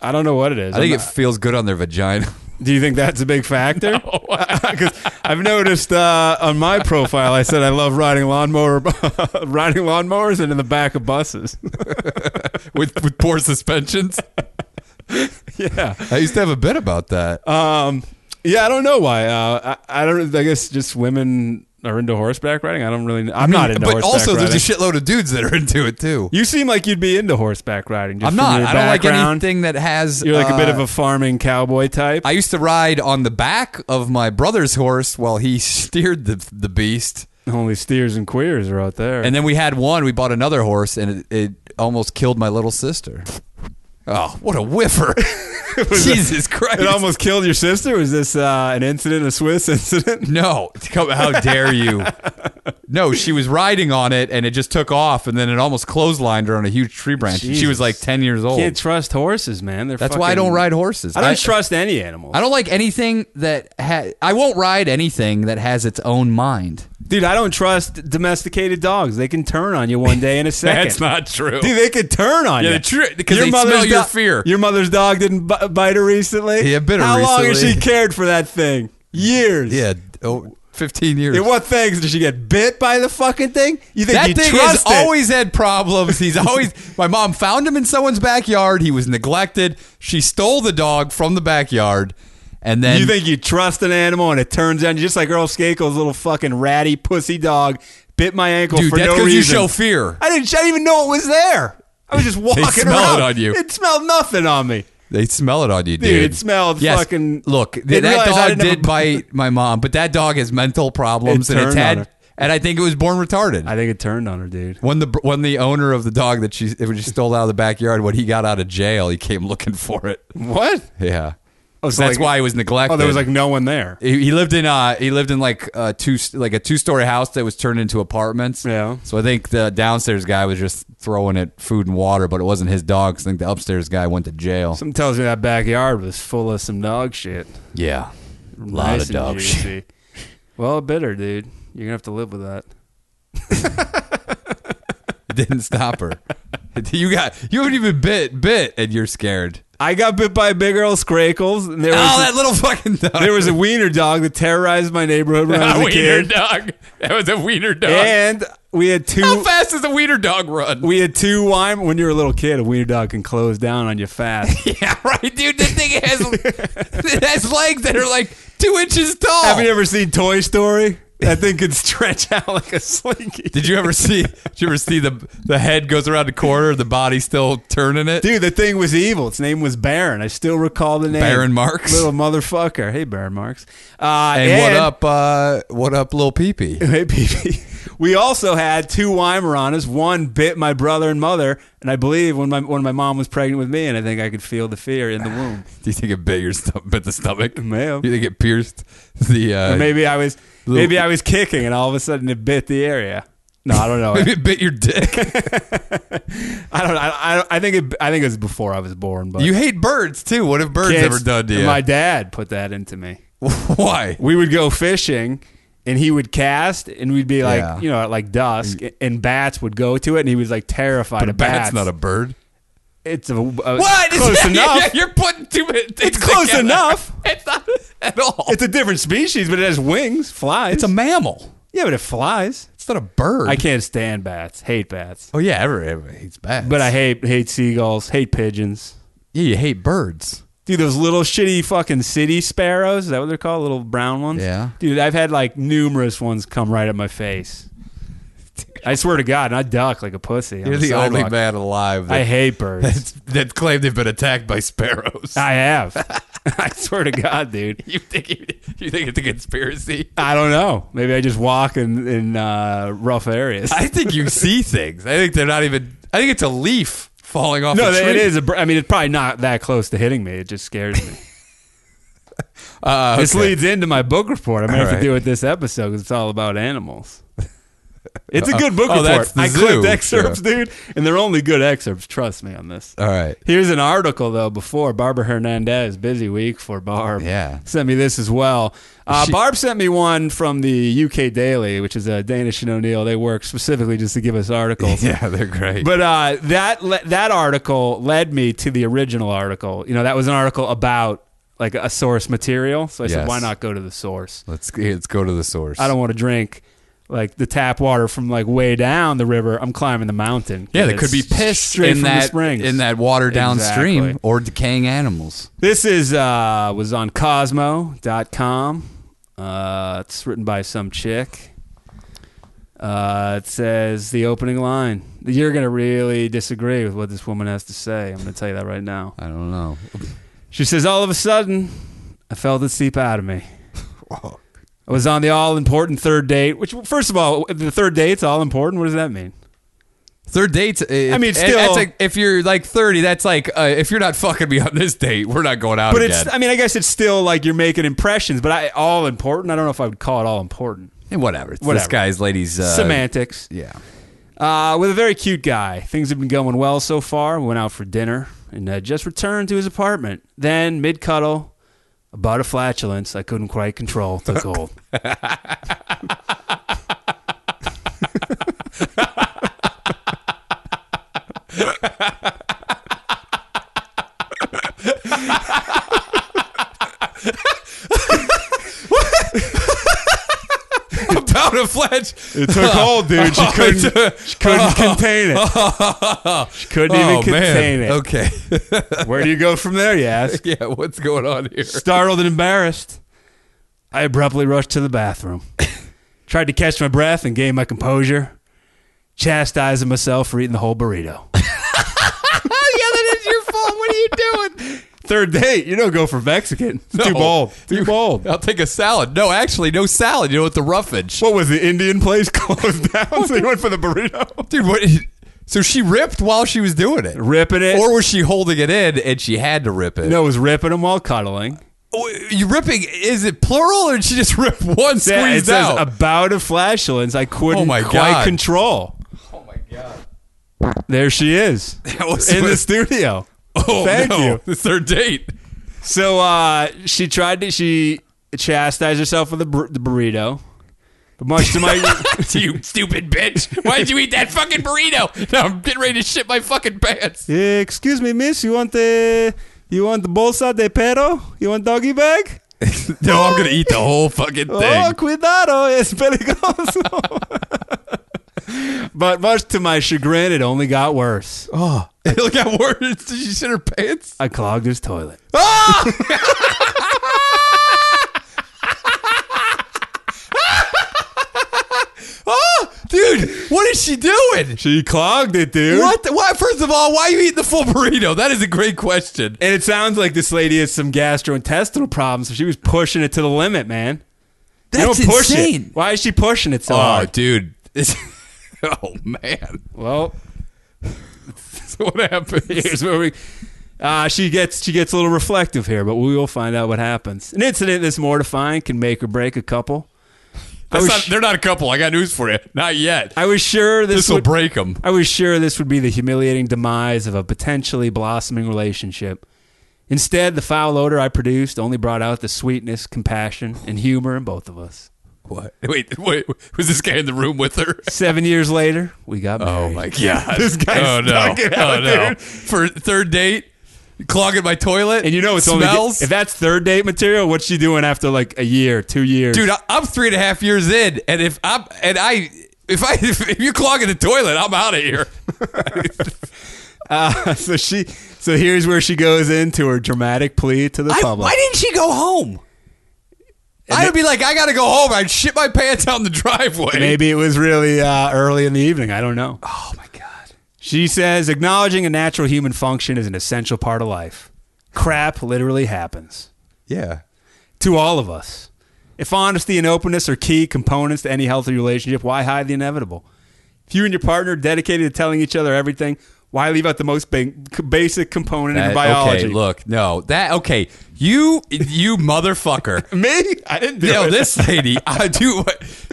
I don't know what it is.
I think
I'm
it feels good on their vagina. <laughs>
not- do you think that's a big factor? <laughs> Because I've noticed uh, on my profile, I said I love riding lawnmower, <laughs> riding lawnmowers, and in the back of buses. <laughs>
with with poor suspensions.
yeah.
<laughs> I used to have a bit about that.
Um, yeah, I don't know why. Uh, I, I don't. I guess just women are into horseback riding. I don't really. Know. I'm not into
but
horseback
also,
riding.
there's a shitload of dudes that are into it too.
you seem like you'd be into horseback riding. Just
I'm
from
not.
your
I don't like
background.
anything that has.
You're like a bit of
uh,
a farming cowboy type.
I used to ride on the back of my brother's horse while he <laughs> steered the the beast,
Only steers and queers are out there.
and then we had one. We bought another horse, and it, it almost killed my little sister. Oh, what a whiffer! <laughs> Jesus Christ!
it almost killed your sister. Was this uh, an incident, a Swiss incident?
No, come, how dare you? No, she was riding on it and it just took off and then it almost clotheslined her on a huge tree branch. <laughs> She was
Jesus.
like 10 years old.
Can't trust horses, man. They're
That's why I
fucking-
don't ride horses.
I don't trust any animals,
I don't like anything that ha- I won't ride anything that has its own mind.
dude. I don't trust domesticated dogs. They can turn on you one day
<laughs>
in a second.
not true.
<laughs> Dude, they could turn on
Yeah,
you.
they tr- 'cause they
mother's
smell your
do-
fear.
Your mother's dog didn't b- bite her recently.
Yeah, bit her
How long has she
recently. <laughs>
cared for that thing? Years.
yeah, oh, 15 years.
In what things did she get bit by the fucking thing? You think
that
you
thing has
trust it?
always had problems. He's always my mom found him in someone's backyard. He was neglected. She stole the dog from the backyard, and then
you think you trust an animal and it turns on you just like Earl Skakel's little fucking ratty pussy dog bit my ankle
dude,
for
that's
no
because
reason.
you show fear.
I didn't. I didn't even know it was there.
<laughs>
I was just walking
smell
around.
it on you.
It smelled nothing on me.
They smell it on you, dude.
Dude, it smelled fucking-
Look, th-
They
that
realized
dog
I didn't have
did
a-
bite my mom, but that dog has mental problems,
It
and it's
turned on
had,
her.
and I think it was born retarded.
I think it turned on her, dude.
when the when the owner of the dog that she it was just stole out of the backyard, when he got out of jail, he came looking for it. <laughs>
What?
Yeah,
Oh,
that's why he was neglected.
Oh, there was like no one there.
he, he lived in uh he lived in like a two like a two story house that was turned into apartments.
Yeah.
So I think the downstairs guy was just throwing it food and water, but it wasn't his dog. So I think the upstairs guy went to jail.
Something tells me that backyard was full of some dog shit.
Yeah. Lot
Nice
of
and
dog shit.
juicy. Well, bitter, dude. You're gonna have to live with that.
It <laughs> didn't stop her. You got you haven't even bit bit and you're scared.
I got bit by a big Earl Scrakels. And there was
Oh, that little fucking dog.
there was a wiener dog that terrorized my neighborhood when
<laughs>
I was a kid.
dog. That was a wiener dog.
And we had two.
fast does a wiener dog run?
<laughs> We had two wine when you're a little kid. A wiener dog can close down on
<laughs>
you fast.
yeah, right, dude. That thing has it has legs that are like two inches tall.
Have you ever seen Toy Story? That thing could stretch <laughs> out like a slinky.
Did you ever see? Did you ever see the the head goes around the corner, the body still turning it?
Dude, the thing was evil. Its name was Baron. I still recall the name.
Baron Marks?
Little motherfucker. Hey, Baron Marks. Uh,
and, what up? Uh, what up, little peepee?
<laughs> Hey, PP. We also had two Weimaranas. One bit my brother and mother, and I believe when my when my mom was pregnant with me, and I think I could feel the fear
<sighs>
in the womb.
Do you think it bit your stomach? Bit the stomach?
May have.
Do you think it pierced the? Uh,
Or Mm-hmm. maybe I was
Little-
maybe I was kicking, and all of a sudden it bit the area. No, I don't
<laughs> <laughs>
know.
maybe it bit your dick.
I don't. I, I, I think it. I think it was before I was born. But
you hate birds too. What have birds
Kids-
ever done to you?
My dad put that into me.
<laughs> Why?
we would go fishing and he would cast and we'd be like
Yeah.
you know at like dusk and bats would go to it and he was like terrified
But a
of
bat's
bats
not a bird.
it's a, a
What? <laughs>
close enough
You're putting two minutes.
it's close enough
<laughs> It's not at all.
it's a different species but it has wings flies
It's a mammal.
yeah but it flies
It's not a bird.
i can't stand bats hate bats
oh yeah, everybody, everybody hates bats.
but i hate hate seagulls hate pigeons
yeah, you hate birds.
Dude, those little shitty fucking city sparrows, is that what they're called? Little brown ones?
Yeah.
Dude, I've had like numerous ones come right at my
<laughs>
face. I swear to God, and I duck like a pussy. on
You're the, only
sidewalk.
man alive
I
that,
hate birds.
<laughs> that's, that claim they've been attacked by sparrows.
I have. <laughs> I swear to God, dude.
<laughs> you think you think it's a conspiracy?
I don't know. Maybe I just walk in, in uh, rough areas.
I think <laughs> you see things. I think they're not even. I think it's a leaf falling off.
<laughs> no,
a tree.
it is. A, br- I mean, it's probably not that close to hitting me. It just scares <laughs> me.
Uh,
This
okay.
leads into my book report. I'm going to
All
have
right.
to do it this episode because it's all about animals. <laughs> Uh, It's a good book
oh,
report.
that's the
I
zoo.
clipped excerpts, dude, and they're only good excerpts. Trust me on this.
All right.
Here's an article, though, before Barbara Hernandez, busy week for Barb.
Yeah.
Sent me this as well. Uh,
She-
Barb sent me one from the UK Daily, which is a Danish and O'Neill. They work specifically just to give us articles.
<laughs> <laughs> Yeah, they're great.
But uh, that le- that article led me to the original article. You know, that was an article about like a source material. So I
Yes.
said, why not go to the source?
let's <laughs> let's go to the source.
I don't want to drink like the tap water from like way down the river. I'm climbing the mountain.
Yeah, there
It's
could be piss
straight
in
from the
that
springs.
in that water downstream
Exactly.
or decaying animals.
This is uh, was on Cosmo.com. Uh, it's written by some chick. Uh, it says the opening line. You're gonna really disagree with what this woman has to say. I'm gonna tell you that right now.
I don't know.
She says, all of a sudden, I felt it seep out of me. I was on the all important third date. Which, first of all, the third date's all important. What does that mean?
Third dates. I
mean, still-
that's like, if you're like thirty, that's like uh, if you're not fucking me on this date, we're not going out
But
again.
it's. I mean, I guess it's still like you're making impressions. But I all important. I don't know if I would call it all important.
Eh, whatever. It's This
Whatever.
guy's ladies. Uh,
Semantics.
Yeah. <laughs>
Uh, with a very cute guy. Things have been going well so far. We went out for dinner and uh, just returned to his apartment. Then, mid cuddle, a bout of flatulence I couldn't quite control <laughs> took hold.
A pound of flesh.
Oh,
<laughs>
It <laughs> Oh, took hold, dude. She couldn't, she couldn't <laughs> contain it. She couldn't even
oh
contain
man.
it.
Okay. <laughs>
Where do you go from there, you ask?
yeah. What's going on here?
<laughs> Startled and embarrassed, I abruptly rushed to the <laughs> bathroom. Tried to catch my breath and gain my composure, chastising myself for eating the whole <laughs> burrito.
yeah, that is your fault. What are you doing?
Third date, you don't go for Mexican. It's Too
No.
bold. Too bold.
I'll take a salad. No, actually, no salad. You know what? The roughage.
<laughs> What was the Indian place <laughs> closed down? So you went for the burrito.
Dude, what? So she ripped while she was doing it,
Ripping it.
or was she holding it in and she had to rip it?
no, it was ripping them while cuddling.
Oh, you ripping? Is it plural, or did she just rip one
Yeah,
squeezed
it says
out?
a bout of flatulence I couldn't
Oh my
quite
God.
control.
oh my god!
There she is
<laughs> That was
in
<laughs>
the studio.
<laughs> oh
Thank
no,
you.
It's their date.
So uh, she tried to she chastised herself with the, bur- the burrito, but much
<laughs>
to
<laughs>
my <laughs>
you stupid bitch! Why'd you eat that fucking burrito? Now I'm getting ready to shit my fucking pants.
Eh, excuse me, miss, you want the you want the bolsa de perro? You want doggy bag?
no, I'm gonna eat the whole fucking
Oh,
thing.
cuidado, es peligroso. <laughs> but much to my chagrin, it only got worse.
Oh, <laughs> it got worse. Did she shit her pants?
I clogged his toilet.
Ah, dude, what is she doing?
She clogged it, dude.
What? The, why? First of all, why are you eating the full burrito? That is a great question.
And it sounds like this lady has some gastrointestinal problems. So she was pushing it to the limit, man. You
That's
don't push it.
insane.
Why is she pushing it so
Oh,
hard?
dude. <laughs> This- oh man, <laughs>
Well, <laughs>
So what happened?
here's where we. Uh, she gets she gets a little reflective here, but we will find out what happens. An incident this mortifying can make or break a couple. I
That's
was,
not,
sh-
they're not a couple. I got news for you. Not yet.
I was sure this
This will
would,
break them.
I was sure this would be the humiliating demise of a potentially blossoming relationship. Instead, the foul odor I produced only brought out the sweetness, compassion, and humor in both of us.
What? Wait, wait. Was this guy in the room with
<laughs>
her?
Seven years later, we got married.
Oh <laughs> my god!
This guy's
oh, no.
stuck it out,
oh, no.
dude.
For third date, clogging my toilet,
And you know it's only
smells.
if that's third date material. What's she doing after like a year, two years?
dude, I, I'm three and a half years in, and if I'm and I if I <laughs> if, if you're clogging the toilet, I'm out of
<laughs>
here.
Uh, <laughs> so she, so here's where she goes into her dramatic plea to the
I,
public.
why didn't she go home? I would be like, I gotta go home. I'd shit my pants out in the driveway.
Maybe it was really uh, early in the evening. I don't know.
Oh my god!
She says acknowledging a natural human function is an essential part of life. Crap literally happens
Yeah.
to all of us. If honesty and openness are key components to any healthy relationship, why hide the inevitable? If you and your partner are dedicated to telling each other everything, why leave out the most ba- basic component of
That-
your biology?
Okay, look, no, that okay. You, you <laughs> motherfucker.
Me? I didn't do
Yo,
it.
this lady, I do.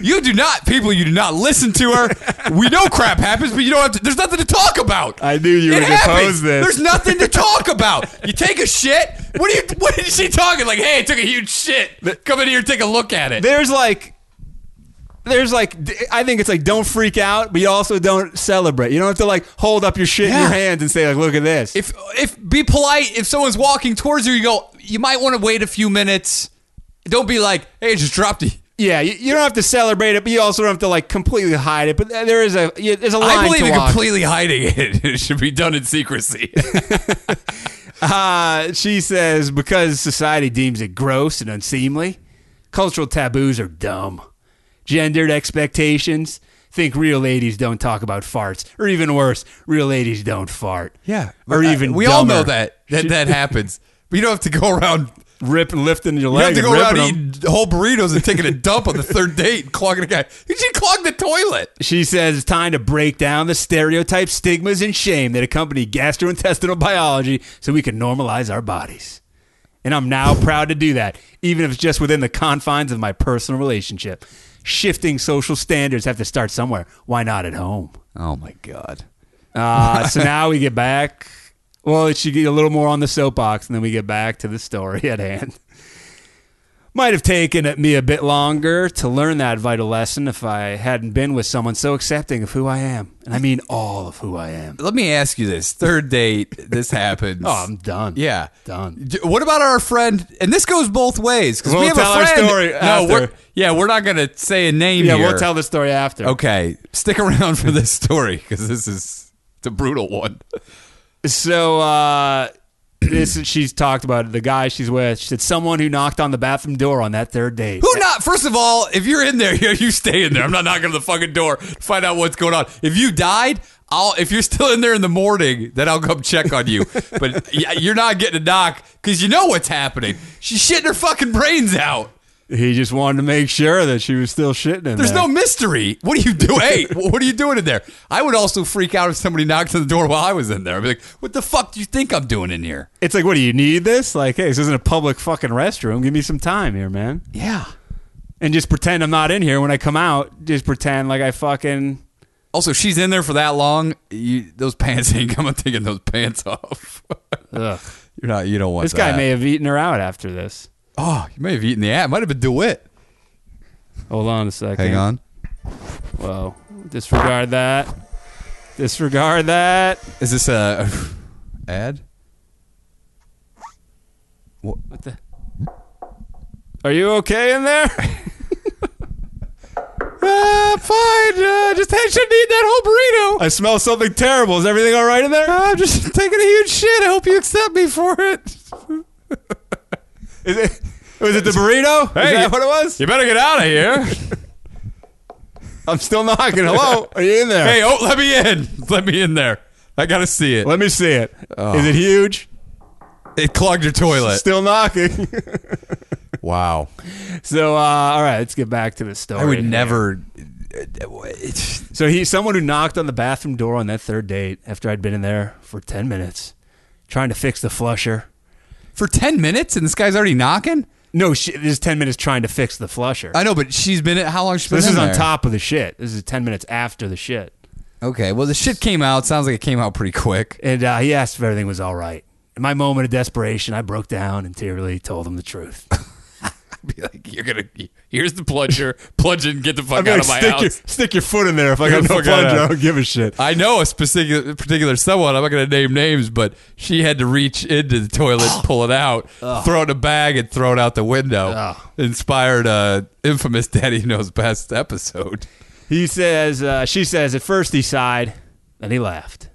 You do not, people. You do not listen to her. We know crap happens, but you don't have to. There's nothing to talk about.
I knew you
It
were gonna
happens.
pose this.
There's nothing to talk about. You take a shit. What are you? What is she talking? Like, hey, I took a huge shit. Come in here, take a look at it.
there's like there's like d- I think it's like don't freak out, but you also don't celebrate. You don't have to like hold up your shit in
Yeah.
your hands and say like look at this.
If if be polite. If someone's walking towards you, you go. You might want to wait a few minutes. Don't be like, hey, I just dropped the.
yeah, you, you don't have to celebrate it, but you also don't have to like completely hide it. But there is a yeah, there's a line
I believe
to
in
walk.
completely hiding it. <laughs> It should be done in
<laughs>
secrecy.
Uh, she says because society deems it gross and unseemly, cultural taboos are dumb. Gendered expectations. Think real ladies don't talk about farts, or even worse, real ladies don't fart.
<laughs>
or even
Uh, we all know
dumber.
that that that happens. But you don't have to go around.
rip lifting your
You have
leg.
to
and
go around
ripping 'em.
eating whole burritos and
<laughs>
taking a dump on the third date, and clogging a guy. You should clog the toilet.
She says it's time to break down the stereotypes, stigmas, and shame that accompany gastrointestinal biology so we can normalize our bodies. And I'm now proud to do that, even if it's just within the confines of my personal relationship. Shifting social standards have to start somewhere. Why not at home?
Oh my god! <laughs>
Uh, so now we get back. Well, it should get a little more on the soapbox, and then we get back to the story at hand. Might have taken me a bit longer to learn that vital lesson if I hadn't been with someone so accepting of who I am. And I mean all of who I am.
Let me ask you this: third date, this happens.
<laughs> Oh, I'm done.
yeah.
Done.
D- What about our friend? And this goes both ways because
We'll
we have
tell
a
our
friend.
story
no,
after.
we're, yeah, we're not gonna say a name
Yeah,
here.
we'll tell the story after.
Okay, stick around for this story because this is it's a brutal one.
So uh, <clears throat> this she's talked about it, the guy she's with. She said someone who knocked on the bathroom door on that third date.
Who not? First of all, if you're in there, <laughs> you you stay in there. I'm not knocking on the fucking door to find out what's going on. If you died, I'll. If you're still in there in the morning, then I'll come check on
<laughs>
you. but y- you're not getting a knock because you know what's happening. She's shitting her fucking brains out.
He just wanted to make sure that she was still shitting in
There's
there.
no mystery. What are you doing?
<laughs>
Hey, what are you doing in there? I would also freak out if somebody knocked on the door while I was in there. I'd be like, "What the fuck do you think I'm doing in here?"
It's like, what do you need this? Like, hey, this isn't a public fucking restroom. Give me some time here, man.
Yeah.
And just pretend I'm not in here when I come out. Just pretend like I fucking.
Also, she's in there for that long. You, those pants <laughs> ain't coming. Taking those pants off. <laughs>
Ugh.
You're not. You don't want
This guy
that.
may have eaten her out after this.
Oh, you may have eaten the app. Might have been DeWitt.
Hold on a second.
Hang on.
Whoa. Disregard that. Disregard that.
Is this a ad?
What the? Are you okay in there?
<laughs> Uh, fine. Uh, just I shouldn't eat that whole burrito.
I smell Oh, something <laughs> terrible. Is everything all right in there?
I'm just <laughs> taking a huge shit. I hope you accept me for it.
Is it? Was it the burrito? Is that what it was?
You better get out of here.
I'm still knocking.
<laughs>
Hello, are you in there?
<laughs> Hey, oh, let me in. <laughs> Let me in there. I gotta see it.
let me see it. Is
Oh.
it huge?
It clogged your toilet.
Still knocking. <laughs>
wow.
So, uh, all right, let's get back to the story.
I would never.
So he's someone who knocked on the bathroom door on that third date after I'd been in there for ten minutes, trying to fix the flusher.
For ten minutes, and this guy's already knocking.
No, shit, this is ten minutes trying to fix the flusher.
I know, but she's been at how long? She's been
this
in
is on
there?
top of the shit. This is ten minutes after the shit.
Okay. Well, the shit came out. Sounds like it came out pretty quick.
And uh, he asked if everything was all right. In my moment of desperation, I broke down and tearily told him
<laughs>
the truth.
<laughs> Be like, you're gonna. Here's the plunger. Plunge it and get the
I'm
fuck out
gonna
of my
stick
house.
your, stick your foot in there. If I got
Get the
no
fuck outta
plunger,
here.
I don't give a shit.
I know a particular particular someone. I'm not going to name names, but she had to reach into the <gasps> toilet, pull it out, throw it in a bag, and throw it out the window.
Ugh.
Inspired uh, infamous Daddy Knows Best episode.
He says, uh, she says, at first he sighed, then he laughed.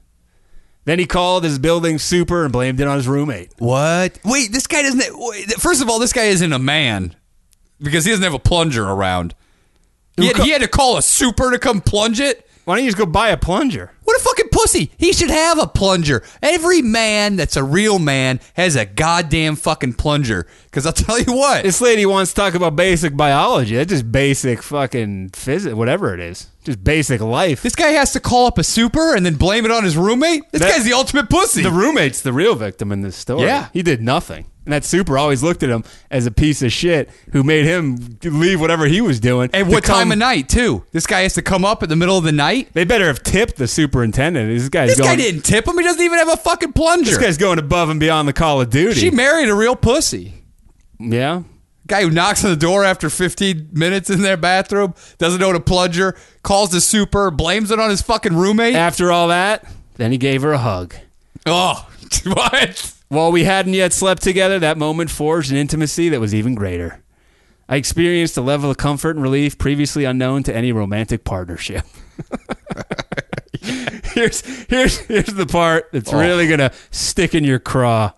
Then he called his building super and blamed it on his roommate.
What? Wait, this guy doesn't. wait, First of all, this guy isn't a man because he doesn't have a plunger around. He had, he had to call a super to come plunge it.
Why don't you just go buy a plunger?
What a fucking pussy. He should have a plunger. Every man that's a real man has a goddamn fucking plunger. Because I'll tell you what.
This lady wants to talk about basic biology. That's just basic fucking physics, whatever it is. Just basic life.
This guy has to call up a super and then blame it on his roommate. This
That-
guy's the ultimate pussy.
the roommate's the real victim in this story.
Yeah.
He did nothing. And that super always looked at him as a piece of shit who made him leave whatever he was doing.
At
to
what time
come-
of night too? This guy has to come up in the middle of the night.
They better have tipped the superintendent. This guy's
This
going.
guy didn't tip him. He doesn't even have a fucking plunger.
This guy's going above and beyond the Call of Duty.
she married a real pussy.
yeah.
Guy who knocks on the door after 15 minutes in their bathroom, doesn't own a plunger, calls the super, blames it on his fucking roommate.
After all that, then he gave her a hug.
oh, <laughs> what?
While we hadn't yet slept together, that moment forged an intimacy that was even greater. I experienced a level of comfort and relief previously unknown to any romantic partnership. <laughs> here's, here's, here's the part that's really going to stick in your craw.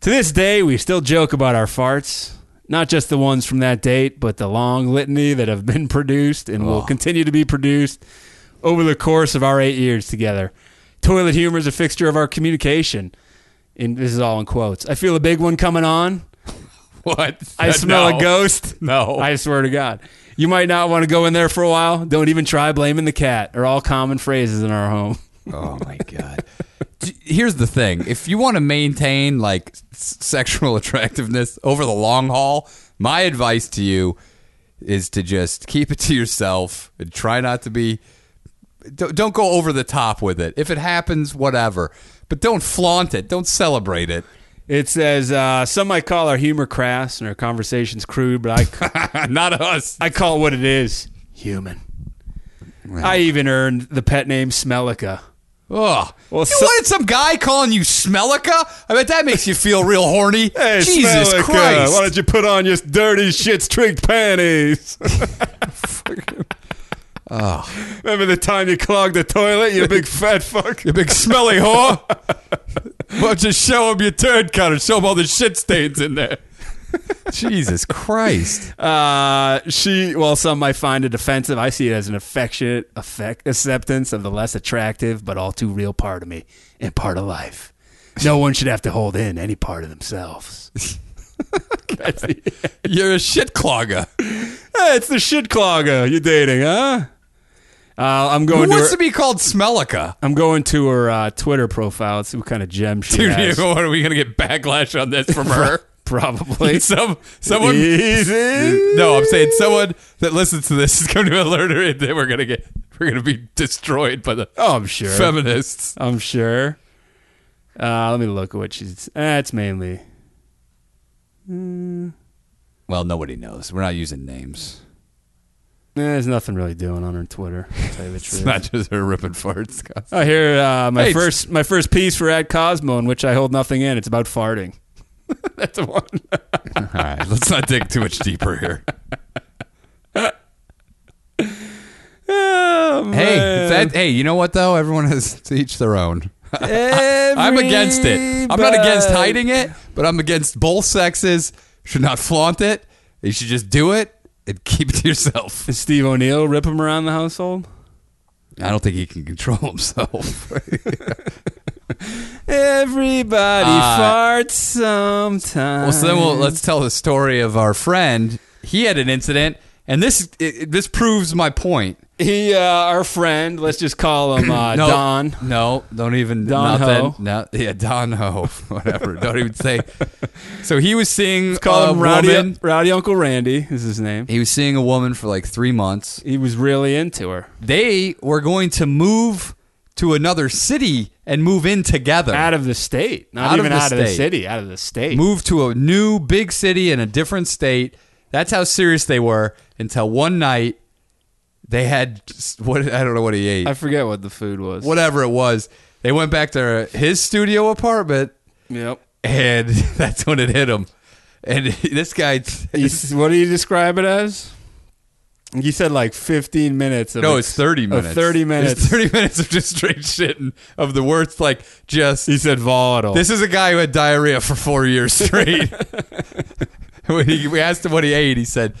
To this day, we still joke about our farts, not just the ones from that date, but the long litany that have been produced and will continue to be produced over the course of our eight years together. Toilet humor is a fixture of our communication. And this is all in quotes. I feel a big one coming on.
<laughs> What?
I smell
No.
a ghost.
No. <laughs>
I swear to God. You might not want to go in there for a while. Don't even try blaming the cat, are all common phrases in our home.
Oh my <laughs> god. D- Here's the thing: if you want to maintain like s- sexual <laughs> attractiveness over the long haul, my advice to you is to just keep it to yourself and try not to be. Don't, don't go over the top with it. If it happens, whatever. But don't flaunt it. Don't celebrate
<laughs>
it.
It says, uh, some might call our humor crass and our conversations crude, but I,
<laughs> not us.
I call it what it is human. I even earned the pet name Smellica.
Ugh.
Well,
you
so-
wanted some guy calling you Smellica? I bet that makes you feel real horny. Jesus
Smellica,
Christ!
Why don't you put on your dirty shit streaked panties? <laughs> Remember the time you clogged the toilet, you big fat
<laughs>
fuck?
You big smelly <laughs> whore. Why don't you show him your turd cutter? Show him all the shit stains in there. Jesus Christ.
Uh, she, well, some might find it offensive. I see it as an affectionate affect, acceptance of the less attractive but all too real part of me and part of life. No one should have to hold in any part
<laughs>
of themselves. That's the,
You're a shit clogger.
Hey, it's the shit clogger you're dating, huh? Uh, I'm
Who
going to. Her,
wants to be called Smellica?
I'm going to her uh, Twitter profile. Let's see what kind of gem she
Dude,
has.
you- what, are we going to get backlash on this from her? <laughs>
Probably.
Some, someone.
Easy.
No, I'm saying someone that listens to this is going to alert her that we're going to get, we're going to be destroyed by the
Oh, I'm sure.
feminists.
I'm sure. Uh, let me look at what she's. Uh, it's mainly.
Well, nobody knows. We're not using names.
Eh, there's nothing really doing on her Twitter. To tell you
<laughs>
the
It's
truth.
not just her ripping farts. Scott.
oh, here uh, my
Hey,
first my first piece for at Cosmo in which I hold nothing in. It's about farting. <laughs> That's the one.
All right, let's not dig too much deeper here.
<laughs> Oh,
Hey,
man.
that, hey, you know what though? Everyone has <laughs> to each their own. I'm against it. I'm not against
Everybody-
hiding it, but I'm against both sexes. Should not flaunt it. They should just do it and <laughs> keep it to yourself.
Does Steve O'Neill rip him around the household?
I don't think he can control <laughs> himself.
Everybody
Uh,
farts sometime.
well, so then
uh,
we'll, let's tell the story of our friend. He had an incident, and this it, it- this proves my point.
he, uh, our friend, let's just call him <coughs> uh,
No,
Don.
No, don't even
Don
nothing.
Ho.
No, yeah, Don Ho. <laughs> Whatever. don't even say. So he was seeing
Call
a
him Rowdy,
woman.
Rowdy Uncle Randy is his name.
He was seeing a woman for like three months.
He was really into her.
They were going to move to another city and move in together.
Out of the state. Not
Out of
even
the
out of the
state.
city, out of the state.
moved to a new big city in a different state. That's how serious they were until one night they had just- what I don't know what he ate,
I forget what the food was.
whatever it was. They went back to his studio apartment,
Yep.
and <laughs> that's when it hit him. And <laughs> this guy,
He's, what do you describe it as? You said like 15 minutes.
<laughs>
Of
no,
like- <laughs>
it's thirty
of
minutes.
30
It's
Oh, minutes.
thirty <laughs> minutes of just straight shitting of the words like just
He said volatile.
This is a guy who had diarrhea for four years
<laughs>
straight. when he, we asked him what he ate, he said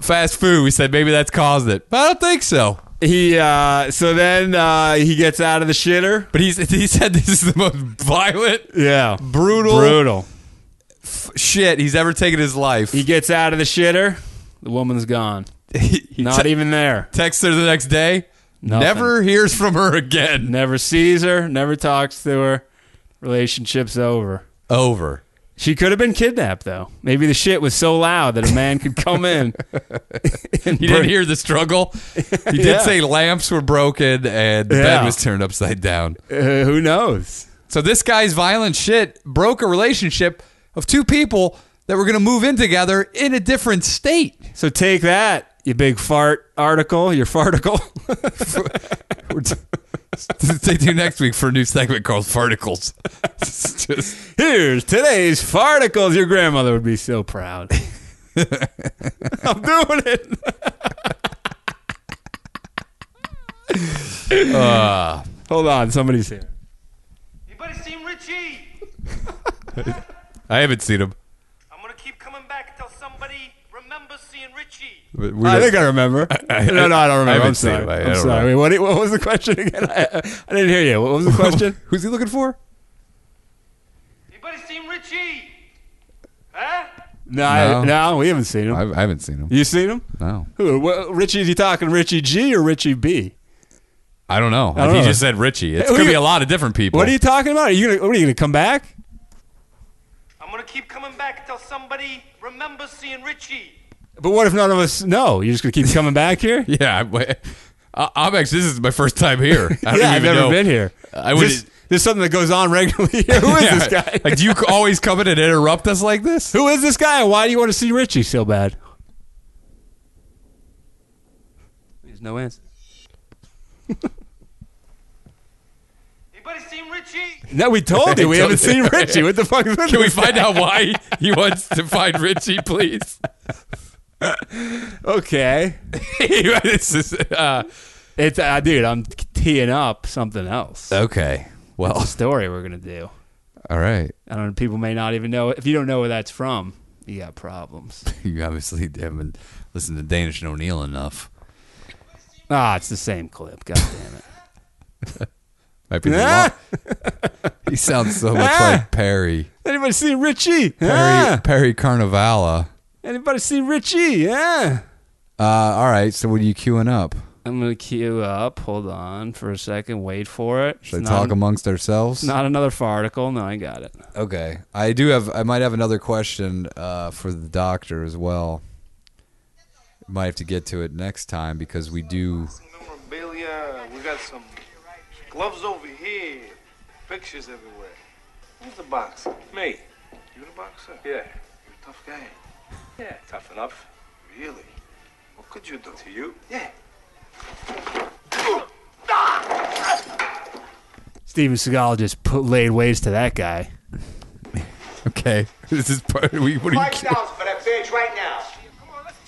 fast food. We said maybe that's caused it. But I don't think so.
he uh, so then uh, he gets out of the shitter.
But he's, <laughs> he said this is the most violent
Yeah,
Brutal.
brutal.
shit he's ever taken in his life.
He
He,
gets out of the shitter. The woman's gone.
<laughs> he
Not
te-
even there.
texts her the next day.
Nothing.
Never hears from her again.
Never sees her. Never talks to her. Relationship's over.
Over.
She could have been kidnapped though. Maybe the shit was so loud that a man could
<laughs>
come in.
You didn't hear the
<laughs>
struggle. He did
Yeah.
say lamps were broken and the bed
Yeah.
was turned upside down.
Uh, who knows?
So this guy's violent shit broke a relationship of two people that were going to move in together in a different state.
So take that, you big fart article, your farticle. <laughs>
We're t- <laughs> Stay tuned next week for a new segment called Farticles. It's just-
Here's today's farticles. Your grandmother would be so proud. <laughs> I'm doing <laughs> it.
uh,
Hold on, somebody's here.
Anybody seen Richie?
I haven't seen him.
I'm gonna keep coming back until somebody remembers seeing Richie.
but we
I
don't-
think I remember. no, no, I don't remember. I
haven't
am
seen
sorry.
it, but I- I
I'm
don't
sorry.
know.
Wait, what, what was the question again? <laughs> I, I didn't hear you. What <laughs> was the question?
<laughs> Who's he looking for?
Anybody seen Richie? Huh?
no,
No.
I, no, we haven't seen him.
I, I haven't seen him.
you seen him?
No,
Who? What, Richie? Is he talking Richie G or Richie B?
I don't know.
don't
he
know.
just said Richie. It
who
could
you-
be a lot of different people.
What are you talking about? Are you gonna? What are you gonna come back?
I'm gonna keep coming back until somebody remembers seeing Richie.
But what if none of us? No, you're just gonna keep coming back
<laughs>
here.
<laughs> yeah, I, I, I'm actually. This is my first time here. I don't
yeah, I've
even
never
know.
been here.
I would-
This, this is something that goes on regularly. here. <laughs> Who is
Yeah.
this guy?
<laughs> Like, do you always come in and interrupt us like this?
<laughs> Who is this guy? and Why do you want to see Richie so bad? There's no answer.
Anybody seen Richie?
No, we
<laughs>
told you we
told
haven't
you.
seen Richie. What the fuck is
Can we find out why he wants to find Richie, please?
<laughs> Okay,
<laughs> This is, uh,
it's uh, dude. I'm teeing up something else.
okay.
The
Well, <laughs>
story we're gonna do.
all right. <laughs>
I don't know. People may not even know. If you don't know where that's from, you got problems. <laughs>
You obviously haven't listened to Danish and O'Neill enough.
Ah, it's the same clip. God damn it.
Might be the
Ah.
law- <laughs> he sounds so much like Perry.
Anybody see Richie?
Perry,
Yeah.
Perry Carnivalla.
Anybody see Richie? Yeah.
Uh, all right. So, what are you queuing up?
I'm gonna queue up. Hold on for a second. Wait for it.
Should
It's
I talk
not,
amongst ourselves?
not another farticle. No, I got it.
Okay. I do have. I might have another question uh, for the doctor as well. Might have to get to it next time because we do. <laughs>
Some memorabilia. We got some gloves over here. Pictures everywhere. Who's the boxer?
Me?
You the boxer?
Yeah.
You're a tough guy.
Yeah, tough enough.
Really? What could you do?
To you?
Yeah.
Steven Seagal just put, laid waste to that guy.
Okay. <laughs> This is part. We, what are you?
Five thousand for that bitch right now.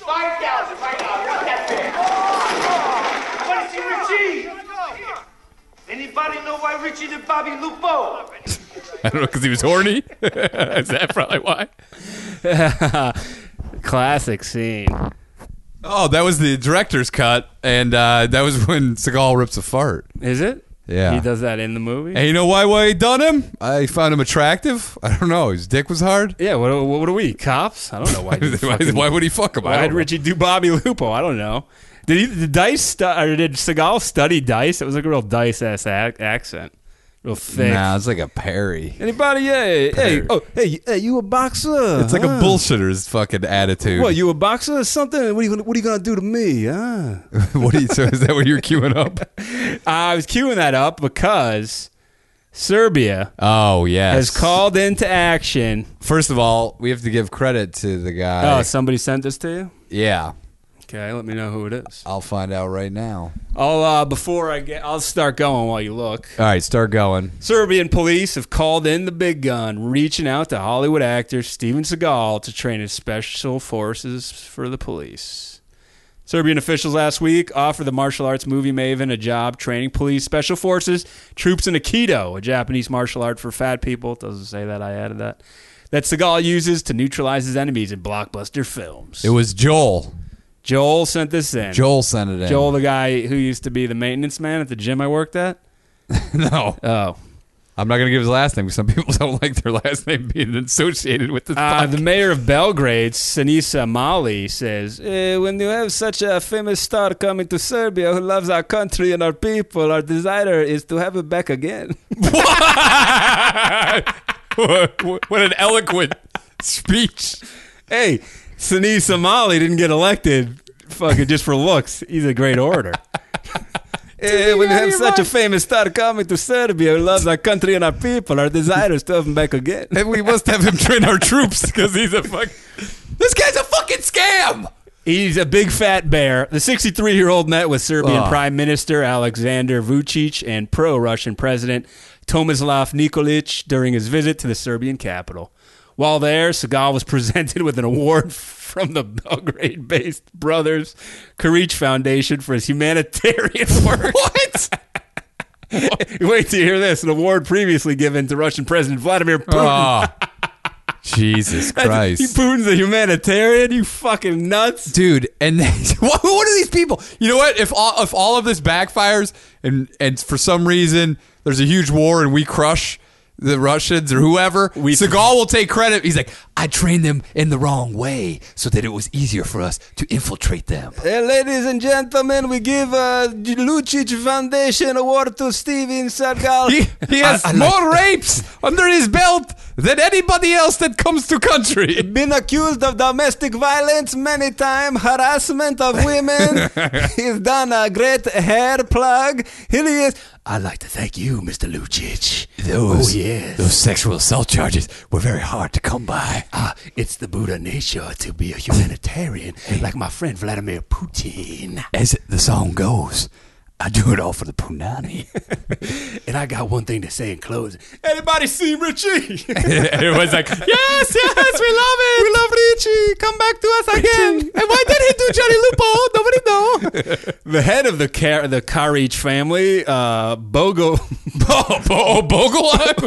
Five thousand right now. I want that bitch.
Anybody seen Richie? Anybody know why Richie did Bobby Lupo?
<laughs> I don't know because he was horny. <laughs> is that probably why?
Classic scene.
Oh, that was the director's cut, and uh, that was <laughs> when Seagal rips a fart.
Is it?
Yeah.
He does that in the movie?
And you know why why he done him? I found him attractive. I don't know. His dick was hard.
Yeah, what, what, what are we? Cops? I
<laughs>
don't know <laughs> why.
why,
you fucking-
why would he fuck him? I
Why'd
don't know.
Richie do Bobby Lupo? I don't know. Did he did Dice stu- or did Seagal study Dice? It was like a real Dice ass ac- accent, real thick.
Nah, it's like a Perry.
Anybody? Hey, hey, oh, hey, hey, you a boxer?
It's like a
huh?
bullshitter's fucking attitude. <laughs>
What Ah. you a boxer or something? What are you gonna What are you gonna do to me? Huh?
what do you, so is that what you're queuing up?
<laughs> I was queuing that up because Serbia
Oh yes.
has called into action.
First of all, we have to give credit to the guy.
oh, somebody sent this to you.
yeah,
Okay, let me know who it is.
I'll find out right now.
I'll uh, before I get, I'll start going while you look.
All right, start going.
Serbian police have called in the big gun, reaching out to Hollywood actor Steven Seagal to train as special forces for the police. Serbian officials last week offered the martial arts movie maven a job training police special forces troops in Aikido, a Japanese martial art for fat people. Doesn't say that, I added that. That Seagal uses to neutralize his enemies in blockbuster films.
It was Joel.
Joel sent this in.
Joel sent it in.
Joel, the guy who used to be the maintenance man at the gym I worked at.
<laughs> No,
Oh.
I'm not gonna give his last name because some <laughs> people don't like their last name being associated with this.
Uh,
podcast.
the mayor of Belgrade, Sinisa Mali, says, eh, When you have such a famous star coming to Serbia who loves our country and our people, our desire is to have it back again. <laughs>
<laughs> what, what an eloquent speech.
hey, Sinisa Mali didn't get elected fucking just for looks. He's a great orator. Eh, when you have such a famous star coming to Serbia who loves our country and our people, our desire is to have him back again.
And we must have him train our troops because he's a fuck. This guy's a fucking scam.
He's a big fat bear. The 63 year old met with Serbian
Ugh.
Prime Minister Alexander Vucic and pro Russian President Tomislav Nikolic during his visit to the Serbian capital. While there, Seagal was <laughs> presented with an award from the Belgrade based Brothers Karich Foundation for his humanitarian <laughs> work. What? <laughs> Wait to hear this an award previously given to Russian President Vladimir Putin.
Oh, <laughs> Jesus Christ.
Putin's a humanitarian? You fucking nuts.
Dude, and <laughs> then, what, what are these people? You know what? If all, if all of this backfires and and for some reason there's a huge war and we crush the Russians or whoever,
We-
Seagal will take credit. He's like, I trained them in the wrong way so that it was easier for us to infiltrate them.
Uh, ladies and gentlemen, we give uh, Lucic Foundation award to Steven Seagal.
He, he has
I- I
more rapes under his belt than anybody else that comes to country.
been accused of domestic violence many times, harassment
<laughs>
of women. He's done a great hair plug. Here he is. I'd like to thank you, Mr. Lucic.
Those,
Oh, yes.
those sexual assault charges were very hard to <laughs> come by.
Ah, it's the Buddha nature to be a humanitarian, like my friend Vladimir Putin.
As the song goes, I do it all for the punani.
<laughs> And I got one thing to say in closing. Anybody see <laughs> Richie?
Everyone's like, yes, yes, we love it. We love Richie. Come back to us again. And why did he do Johnny Lupo? Nobody <laughs> know.
the head of the Car- the Carich family, uh, Bogo
<laughs> Bo- Bo- <laughs> Bogle?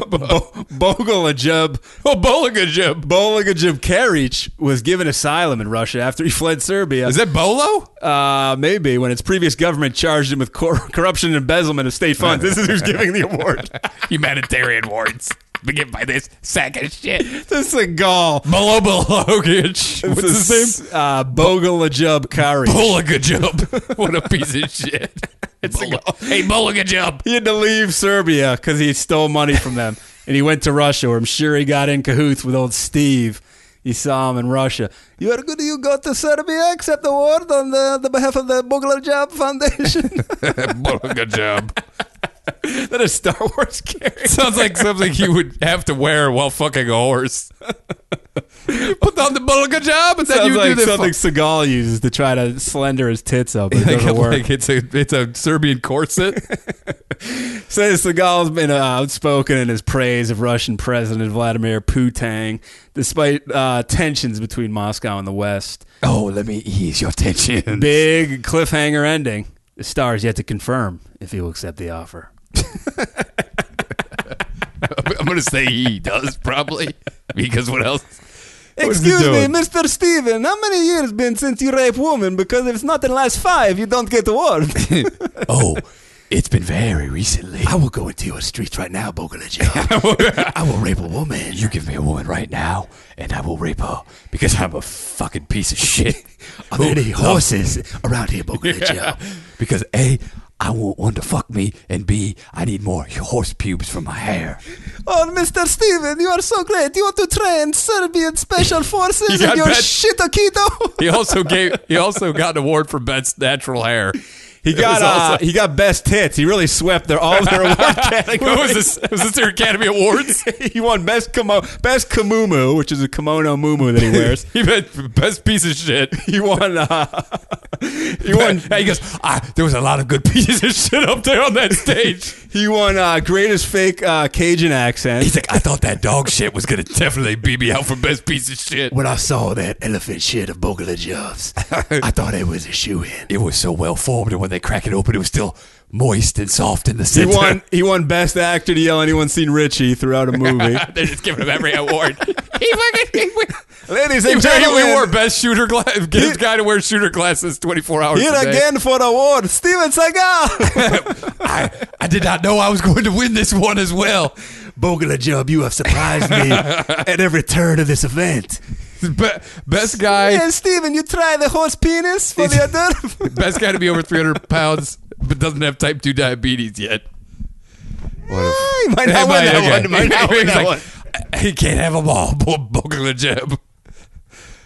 Bo- Bogolajub oh, Bolagajub Bolagajub Karich was given asylum in Russia after he fled Serbia.
Is that Bolo?
uh, maybe when its previous government charged him with cor- corruption and embezzlement of state funds.
<laughs>
This is who's giving the award.
Humanitarian wards. Begin by this sack of shit.
this is a Gaul.
Bolo Bologic. What's his name?
Uh, Bogolajub Karich.
Bulagajub. <laughs> what a piece of shit. It's a hey, Bulagajub.
he had to leave Serbia because he stole money from them, <laughs> and he went to Russia, where I'm sure he got in cahoots with old Steve. He saw him in Russia. You are good. You go to Serbia, accept the award on the, the behalf of the Bogla Job Foundation.
<laughs> Bulagajub.
that is <laughs> Star Wars character.
Sounds like something he would have to wear while fucking a horse. <laughs> you put on the Bulagajub and then
Sounds
you
like
do the
something
fuck-
Seagal uses to try to slender his tits up. but
<laughs>
It
Like,
doesn't work.
like it's a it's a Serbian corset.
Says Seagal's been uh, outspoken in his praise of Russian President Vladimir Putin, despite uh, tensions between Moscow and the West.
<laughs> oh, let me ease your <laughs> tension.
Big cliffhanger ending. The stars yet to confirm if he will accept the offer.
I'm gonna say he does probably because what else? What is he
Excuse me,
doing?
Mr. Steven, how many years been since you raped woman? Because if it's not in the last five, you don't
<laughs>
get award.
Oh, <laughs> it's been very recently.
I will go into your streets right
<laughs>
now, Bogolija. I will rape a woman.
You give me a woman right now, and I will rape her because I'm a fucking piece of shit.
Are there any horses around here, Bogolija?
because A, I want one to fuck me, and B, I need more horse pubes for my hair.
oh, Mr. Steven, you are so great. You want to train Serbian <laughs> special forces
Yeah, I
and your
bet.
shit Akito?
He also gave. He also got an award for best natural hair.
He
got, uh, <laughs>
he got best hits. He really swept their all their award
What was this? Was this their Academy Awards?
<laughs> he won best kimo- best kamumu, which is a kimono mumu
<laughs>
that he wears.
He meant best piece of shit.
he won. Uh, <laughs> he won.
<laughs> He goes, ah, there was a lot of good pieces of shit up there on that stage.
He won uh, greatest fake uh, Cajun accent.
He's like, I thought that dog shit was gonna definitely beat me out for best piece of shit.
When I saw that elephant shit of
<laughs>
Bogolija's, I thought it was a shoe in.
It was so well formed, and when they crack it open, it was still moist and soft in the
He
center. <laughs>
won. He won best actor to yell anyone seen Richie throughout a
<laughs>
movie.
They're just giving him every award. he fucking. He,
Ladies
he,
and
he
gentlemen,
wore best shooter glasses. This guy to wear shooter glasses 24 hours
here
a day.
again for the award, Steven Seagal. <laughs>
I, I did not know I was going to win this one as well.
Bogolija, you have surprised me at every turn of this event.
Be- best guy,
and Steven, you try the horse penis for the other. <laughs>
best guy to be over 300 pounds, but doesn't have type 2 diabetes yet.
he might not win that one. Might
<laughs>
not win that one.
He can't have them all. <laughs> Bogla Jeb.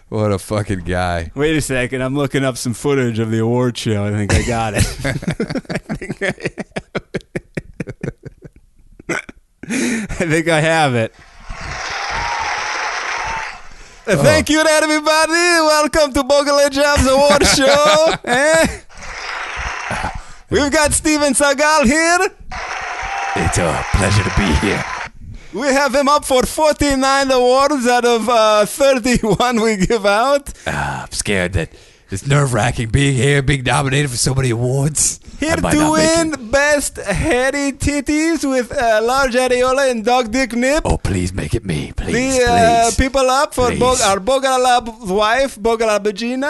What a fucking guy.
Wait a second, I'm looking up some footage of the award show. I think I got it. <laughs> I think I- I think I have it. Uh, Thank you to everybody. Welcome to Bogle Jobs Award Show. Eh? We've got Steven Seagal here.
It's a pleasure to be here.
We have him up for 49 awards out of uh, 31 we give
<laughs>
out.
Ah, I'm scared that it's nerve wracking being here, being nominated for so many awards.
Here
I might not
to
make
win
it.
best hairy titties with uh, large areola and dog dick nip.
Oh, please make it me. Please.
the uh,
please.
people up for
Please.
Bog- our Bogalab
<laughs>
wife, Bogalabagina. <laughs>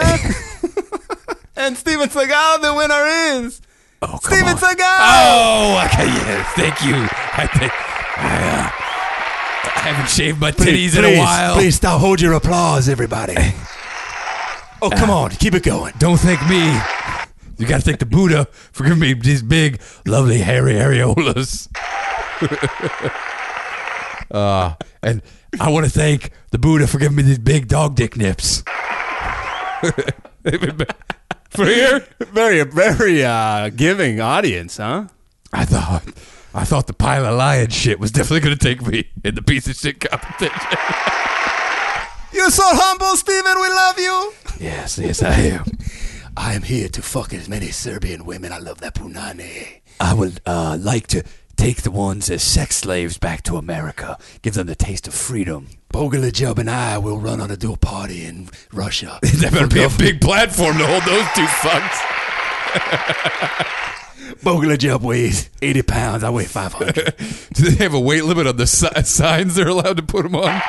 and Steven Seagal, the winner is
oh, come
Steven
on.
Seagal.
Oh, okay, yes. Thank you. I think I, uh, I haven't shaved my titties in a
please,
while.
Please stop. Hold your applause, everybody. Oh, come
Ah.
on. Keep it going.
Don't thank me. You gotta thank the Buddha for giving me these big, lovely, hairy areolas. <laughs> uh, and I want to thank the Buddha for giving me these big dog dick nips. for here,
Very, very uh, giving audience, huh?
I thought, I thought the pile of lion shit was definitely gonna take me in the piece of shit competition.
You're so humble, Steven. We love you.
Yes, yes, I am. <laughs> I am here to fuck as many Serbian women. I love that punani.
I would uh, like to take the ones as sex slaves back to America, give them the taste of freedom.
Bogolija and I will run on a dual party in Russia.
<laughs> That better be a big platform to hold those two fucks.
<laughs> Bogolija weighs 80 pounds. I weigh 500.
<laughs> Do they have a weight limit on the si- signs they're allowed to put them
<laughs>
on?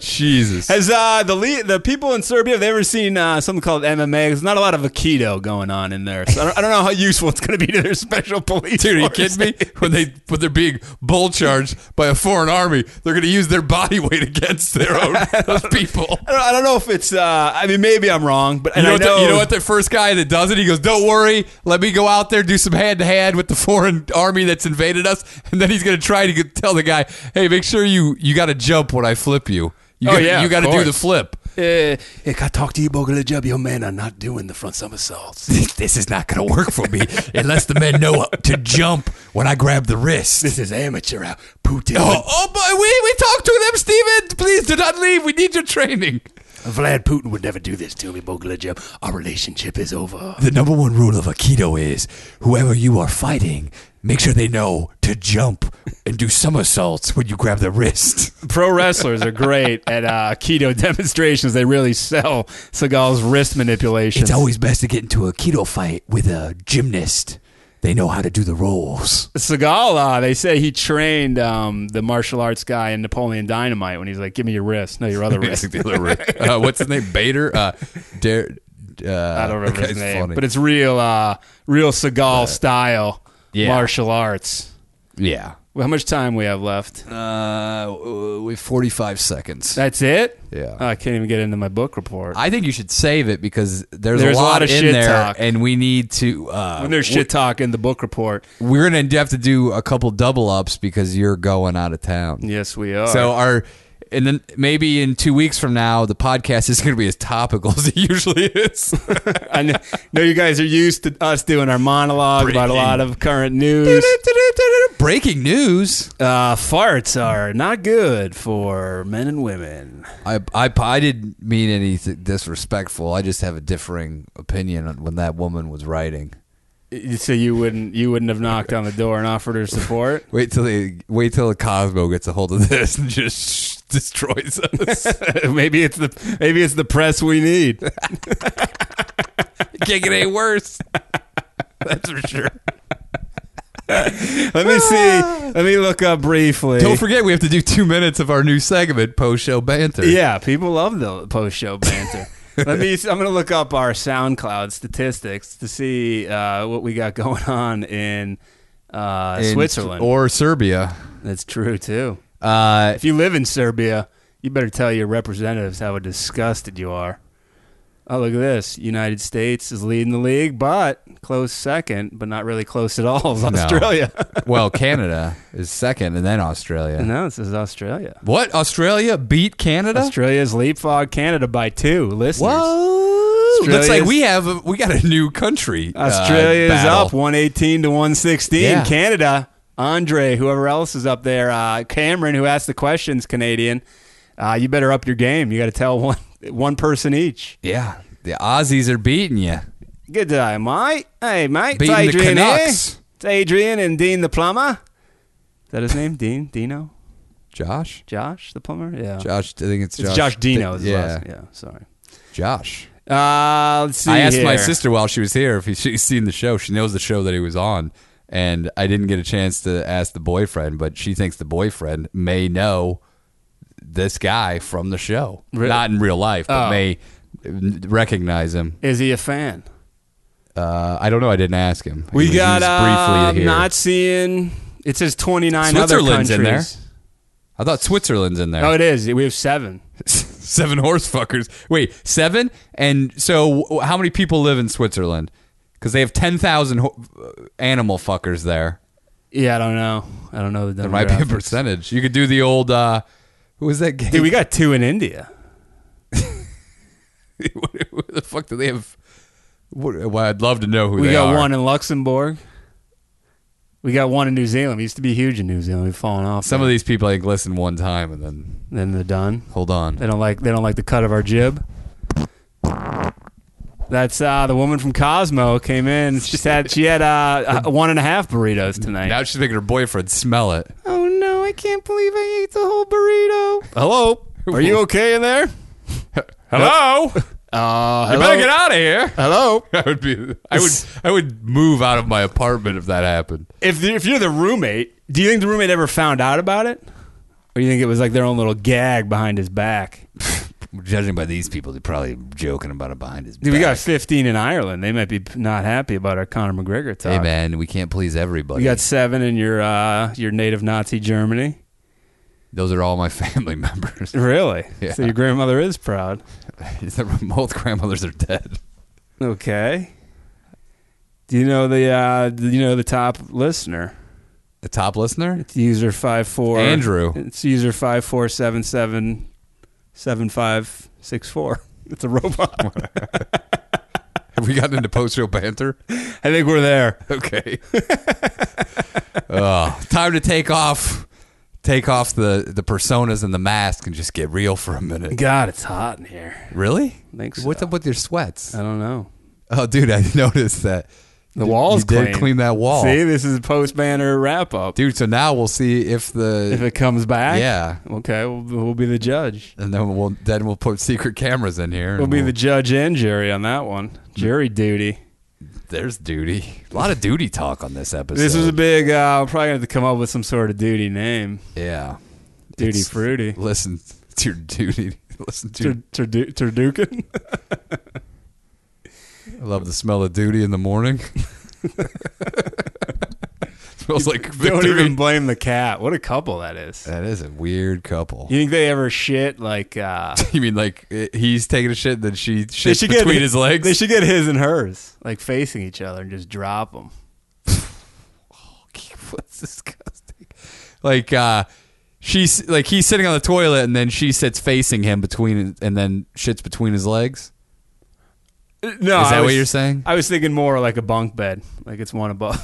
Jesus.
Has uh, the le- the people in Serbia have they ever seen uh, something called MMA? There's not a lot of aikido going on in there, so I don't, I don't know how useful it's going to be to their special police.
Dude, are you
force.
kidding me? When they when they're being bull charged by a foreign army, they're going to use their body weight against their
<laughs>
own those people.
I don't, I don't know if it's. Uh, I mean, maybe I'm wrong, but
You
and
know,
I
what the,
know,
you know what the first guy that does it? He goes, "Don't worry, let me go out there do some hand to hand with the foreign army that's invaded us." And then he's gonna try to get, tell the guy, "Hey, make sure you you got to jump when I flip you. You
Oh,
gotta,
yeah,
you got to
of
do the
course.
flip."
uh,
hey, can I talk to you, Bogolija? Your men are not doing the front somersaults.
<laughs> this is not gonna work for me unless the men know to jump when I grab the wrist.
This is amateur hour. Putin.
Oh, oh boy, we we talked to them, Steven. Please do not leave. We need your training.
Vlad Putin would never do this to me, Bogolija. Our relationship is over.
The number one rule of Aikido is whoever you are fighting, make sure they know to jump and do somersaults when you grab their wrist.
pro wrestlers are great at uh, aikido <laughs> demonstrations. They really sell Seagal's wrist manipulation.
It's always best to get into a Aikido fight with a gymnast They know how to do the rolls.
Segala, uh, they say he trained um, the martial arts guy in Napoleon Dynamite when he's like, "Give me your wrist, no, <laughs> your other wrist."
<laughs> uh, what's his name? Bader. Uh, Dare. Uh,
I
<laughs>
don't remember his name, but it's real, uh, real Seagal style
yeah.
martial arts.
yeah.
Well, how much time we have left?
Uh, we have 45 seconds.
That's it.
Yeah.
Oh, I can't even get into my book report.
I think you should save it because there's,
There's
a lot, in
shit
there,
talk.
and we need to. Uh,
when there's shit talk in the book report,
we're gonna have to do a couple double ups because you're going out of town.
yes, we are.
So our and then maybe in two weeks from now, the podcast is going to be as topical as it usually is. <laughs>
I know, <laughs> know you guys are used to us doing our monologue about a lot of current news.
Breaking news.
Uh, farts are not good for men and women.
I, I, I didn't mean anything disrespectful. I just have a differing opinion on when that woman was writing.
You- So you wouldn't you wouldn't have knocked on the door and offered
<laughs>
her support? <laughs>
Wait till they, wait till Cosmo gets a hold of this and just <laughs> destroys us.
maybe it's the maybe it's the press we need.
<laughs> Can't get any worse. <laughs> That's for sure.
Let me see. Let me look up briefly.
Ah. Don't forget, we have to do two minutes of our new segment, post show banter.
Yeah, people love the post
<laughs>
show banter. Let me. I'm going to look up our SoundCloud statistics to see uh, what we got <laughs> going on in, uh,
In-
Switzerland.
or Serbia.
That's true too.
Uh,
If you live in Serbia, you better tell your representatives how disgusted you are. Oh, look at this. United States is leading the league, but close second, but not really close at all,
<laughs>
is Australia. <laughs>
well, Canada is second, and then Australia.
no, this is Australia.
<laughs> What? Australia beat Canada?
Australia's leapfrog Canada by two listeners.
Whoa! Looks like
Australia's-
we have a, we got a new country. uh,
Australia is
battle.
up 118 to 116.
Yeah.
Canada, Andre, whoever else is up there, uh, Cameron, who asked the questions, Canadian, uh, you better up your game. You got to tell one one person each.
Yeah, the Aussies are beating you.
Good day, mate. Hey, mate.
Beating the
it's Adrian here.
Canucks.
It's Adrian and Dean the plumber. Is that his name? Dean? Dino?
Josh,
Josh the plumber? Yeah.
Josh, I think it's Josh.
It's Josh Dino. is his
yeah,
last- yeah. Sorry.
Josh.
Uh, let's see.
I asked my
here.
sister while she was here if he, she's seen the show. She knows the show that he was on, and I didn't get a chance to ask the boyfriend, but she thinks the boyfriend may know this guy from the show, not in real life, but
Oh.
may recognize him.
Is he a fan?
Uh, I don't know. I didn't ask him. He
We
was- he
got
was
uh,
briefly here.
not seeing. It says 29
Switzerland's
other
in there.
countries.
I thought Switzerland's in there.
Oh, it is. We have seven.
<laughs> seven horse fuckers. Wait, seven? And so, w- how many people live in Switzerland? Because they have ten thousand ho- uh, animal fuckers there.
Yeah, I don't know. I don't know. The
There might be a percentage. You could do the old. uh Who was that game? <laughs>
Dude, we got two in India.
Who the fuck do they have? What, well, I'd love to know who
we
they
got
are.
one in Luxembourg. We got one in New Zealand. We used to be huge in New Zealand. We've fallen off.
Some of these people I think listen one time and then
then they're done.
hold on.
They don't like they don't like the cut of our jib. That's uh, the woman from Cosmo came in. She had she
<laughs>
had uh, uh, one and a half burritos tonight.
Now she's making her boyfriend smell it.
oh no, I can't believe I ate the whole burrito. Hello,
<laughs>
are you okay in there?
Hello,
Uh,
you better get out of here. <laughs>
Hello.
I would be. I would. I would move out of my apartment if that happened.
If if you're the roommate, do you think the roommate ever found out about it, or you think it was like their own little gag behind his back?
Judging by these people, they're probably joking about it behind his back.
Dude, we got 15 in Ireland. They might be not happy about our Conor McGregor talk.
Hey man, we can't please everybody.
You got seven in your uh, your native Nazi Germany.
Those are all my <laughs> family <laughs> members.
Really?
Yeah.
So your grandmother is proud.
Both grandmothers are dead.
Okay. Do you know the uh, do you know the top listener?
The top listener?
It's user five four
Andrew.
It's user five four seven seven seven five six four. <laughs> It's a robot.
Have we gotten into post show banter?
<laughs>
<laughs>
I think we're there.
Okay. <laughs> oh, time to take off, take off the the personas and the mask and just get real for a minute.
God, it's hot in here.
Really?
Thanks.
What's up with your sweats?
I don't know.
Oh, dude, I <laughs> noticed that.
The wall's
you did
clean.
clean that wall,
See, this is post banner wrap up.
dude. So now we'll see if the
If it comes back,
Yeah.
Okay, we'll, we'll be the judge.
and then we'll then we'll put secret cameras in here. and
We'll be the judge and jury on that one. Jury duty.
There's duty. A lot of duty talk on this episode.
This was a big. Uh, I'm probably gonna have to come up with some sort of duty name.
yeah.
Duty
It's-
fruity.
Listen to your duty. <laughs> Listen to. Your,
Tur- turdu- <laughs> Turdukin.
I love the smell of duty in the morning. <laughs> smells like
<laughs> Don't
victory.
even blame the cat. What a couple that is.
that is a weird couple.
You think they ever shit like? Uh,
<laughs> You mean like eh, he's taking a shit, then she
<laughs> they
shits
should
between
get
his legs? <laughs>
They should get his and hers like facing each other and just drop them.
What's disgusting? Like uh she's like he's sitting on the toilet and then she sits facing him between and then shits between his legs.
Uh, No, is
Is that what you're saying?
<laughs> I was thinking more like a bunk bed, like it's one above.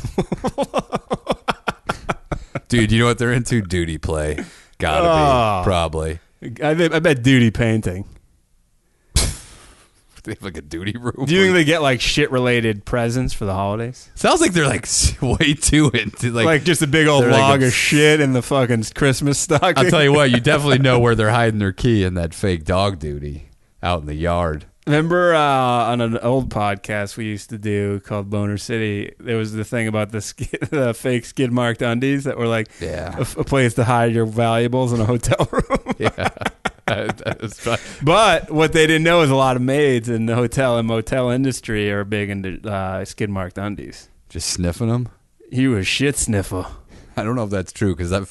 <laughs>
Dude, you know what they're into? Duty play. Gotta
Oh.
be. Probably. <laughs>
I, bet- I bet duty painting.
They have like a duty room.
Do you think they get like shit related presents for the holidays?
Sounds like they're like <laughs> way too into like,
Like, just a big old
they're like
log
a-
of shit in the fucking Christmas stocking.
I'll tell you what, you definitely know where they're hiding their key in that fake dog duty out in the
<laughs>
yard.
Remember uh, on an old podcast we used to do called Boner City, there was the thing about the, skid, <laughs> the fake skid marked undies that were like
Yeah.
a, a place to hide your valuables in a hotel <laughs> room.
Yeah. That is fun.
but what they didn't know is a lot of maids in the hotel and motel industry are big into uh, skid marked undies.
just sniffing them.
You a shit sniffer.
I don't know if that's true because I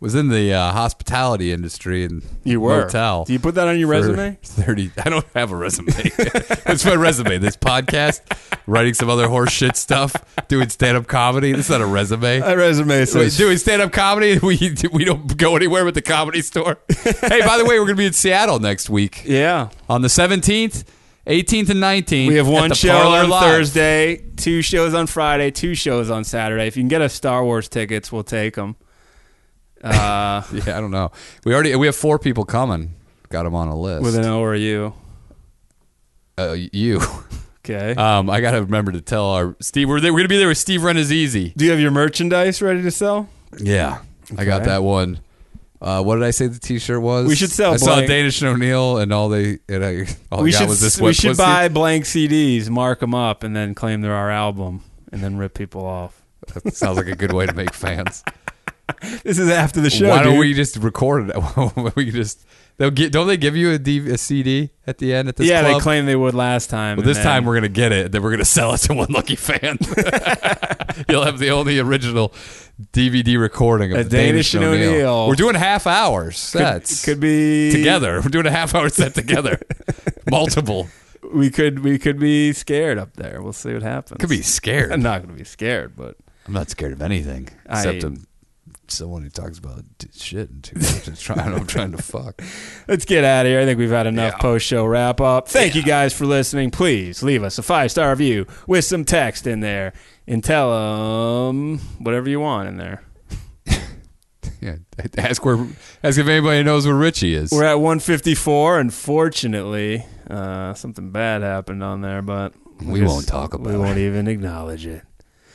was in the uh, hospitality industry and
You were.
motel.
Do you put that on your
for
resume?
Thirty. I don't have a resume. <laughs> That's my resume. This podcast, writing some other horse shit stuff, doing stand up comedy. That's not a resume.
My resume
Wait,
says
doing stand up comedy. <laughs> We we don't go anywhere but the comedy
<laughs>
store. hey, by the way, we're gonna be in Seattle next week
Yeah.
on the seventeenth, eighteenth, and nineteenth.
We have one show on Thursday, two shows on Friday, two shows on Saturday. If you can get us Star Wars tickets, we'll take them.
<laughs>
Uh,
<laughs> Yeah, I don't know. We already we have four people coming. Got them on a list.
with an O or a U.
uh, you. <laughs>
Okay.
Um, I gotta remember to tell our Steve. We're, there, we're gonna be there with Steve Renazizi.
Do you have your merchandise ready to sell?
Yeah, I got
Okay.
that one. Uh, what did I say the T-shirt was?
We should sell
I saw
blank-
Danish and O'Neill, and all they and I all I
we
got
should
Oh, was this.
we
wet
should
pussy.
buy blank CDs, mark them up, and then claim they're our album, and then rip people off.
<laughs> That sounds like a good way to make
<laughs>
fans.
This is after the show.
Why don't
dude.
we just record it? <laughs> Why don't we just they'll get. Don't they give you a, D, a CD at the end at this
Yeah,
club?
they claimed they would last time.
Well,
and
this
then-
time we're gonna get it. Then we're gonna <laughs> sell it to one lucky
<laughs>
fan. You'll have the only original DVD recording of
A
the
Danish
Danish and
and
O'Neill.
O'Neill.
We're doing half hour sets.
could be
together. We're doing a half hour set
<laughs>
together. Multiple.
We could we could be scared up there. We'll see what happens.
Could be scared.
I'm not gonna be scared, but
I'm not scared of anything
I-
except I'm someone who talks about d- shit and too much and trying. I'm trying
<laughs>
to fuck.
Let's get out of here. I think we've had enough post show wrap up. Thank you guys for listening. Please leave us a five star review with some text in there and tell 'em whatever you want in there.
Yeah. Ask where. Ask if anybody knows where Richie is.
We're at 154. Unfortunately, uh, something bad happened on there, but
We won't talk about
We
it.
won't even acknowledge it.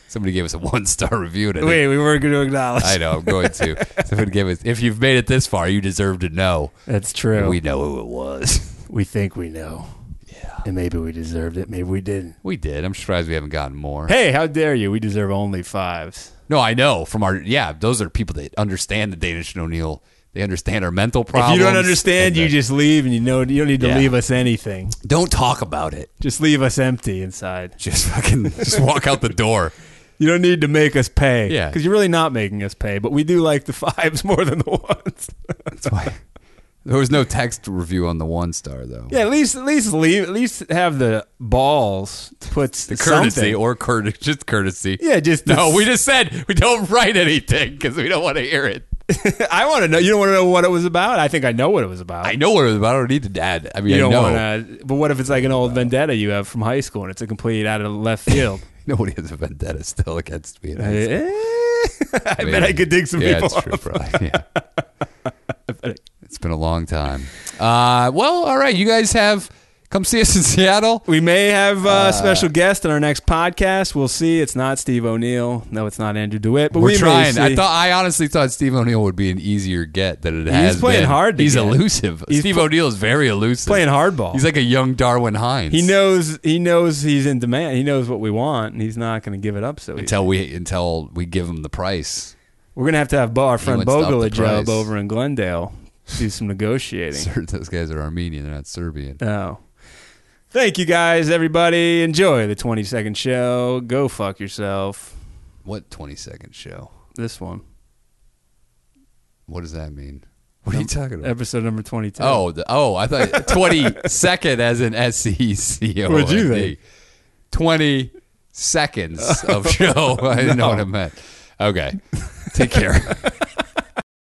Somebody gave us a one star review today.
Wait, we weren't going to acknowledge.
I know. I'm going
<laughs>
to. Someone give us. If you've made it this far, you deserve to know.
That's true.
We
We,
know who it was. <laughs>
think we know. Yeah. And maybe we deserved it. Maybe we didn't.
We did. I'm surprised we haven't gotten more.
Hey, how dare you? We deserve only fives.
No, I know from our yeah. Those are people that understand the Danish and O'Neill. They understand our mental
If
problems.
you don't understand,
and
you
the-
just leave and you know you don't need to
Yeah.
leave us anything.
don't talk about it. <laughs>
Just leave us empty inside.
Just fucking just walk out the door.
You don't need to make us pay.
Yeah.
Because you're really not making us pay, but we do like the <laughs> fives more than the ones.
That's why <laughs> there was no text review on the one star though.
<laughs> yeah, at least at least leave at least have the balls to put
the courtesy
something.
or courtesy, just courtesy.
Yeah, just
No, we just said we don't write anything because we don't want to hear it.
<laughs> I want to know. You don't want to know what it was about. I think I know what it was about.
I know what it was about. I don't need to add. I mean,
you
I
don't
know.
want to. But what if it's like an old vendetta you have from high school and it's a complete out of <laughs> left field?
<laughs> Nobody has a vendetta still against me.
Eh, <laughs> I bet I could dig some
yeah,
people.
it's true, probably.
<laughs>
Yeah. it's been a long time. Uh, well, all right. You guys have Come see us in Seattle.
We may have uh, a special guest in our next podcast. We'll see. It's not Steve O'Neill. No, it's not Andrew DeWitt. But
We're
we may
trying. I
see.
thought I honestly thought Steve O'Neill would be an easier get than it
He's
has.
playing
been.
hard to
He's
get.
elusive.
He's
Steve
pl-
O'Neill is very elusive.
playing hardball.
He's like a young Darwin Hines.
he knows. He knows he's in demand. He knows what we want, and he's not going to give it up. So easy.
until we until we give him the price.
we're going to have to have Bo, our friend
wants to up
Bogle a
the
job
price.
over in Glendale do some negotiating.
Sir, those guys are Armenian. They're not Serbian.
Oh. Thank you guys, everybody. Enjoy the 20 second show. Go fuck yourself.
What twenty second show?
This one.
What does that mean? What are you talking about?
Episode number 22.
Oh, the, oh! I thought twenty second as in S C C O.
What'd you think?
Twenty
<laughs>
seconds of show. I didn't know what it meant. Okay, take care.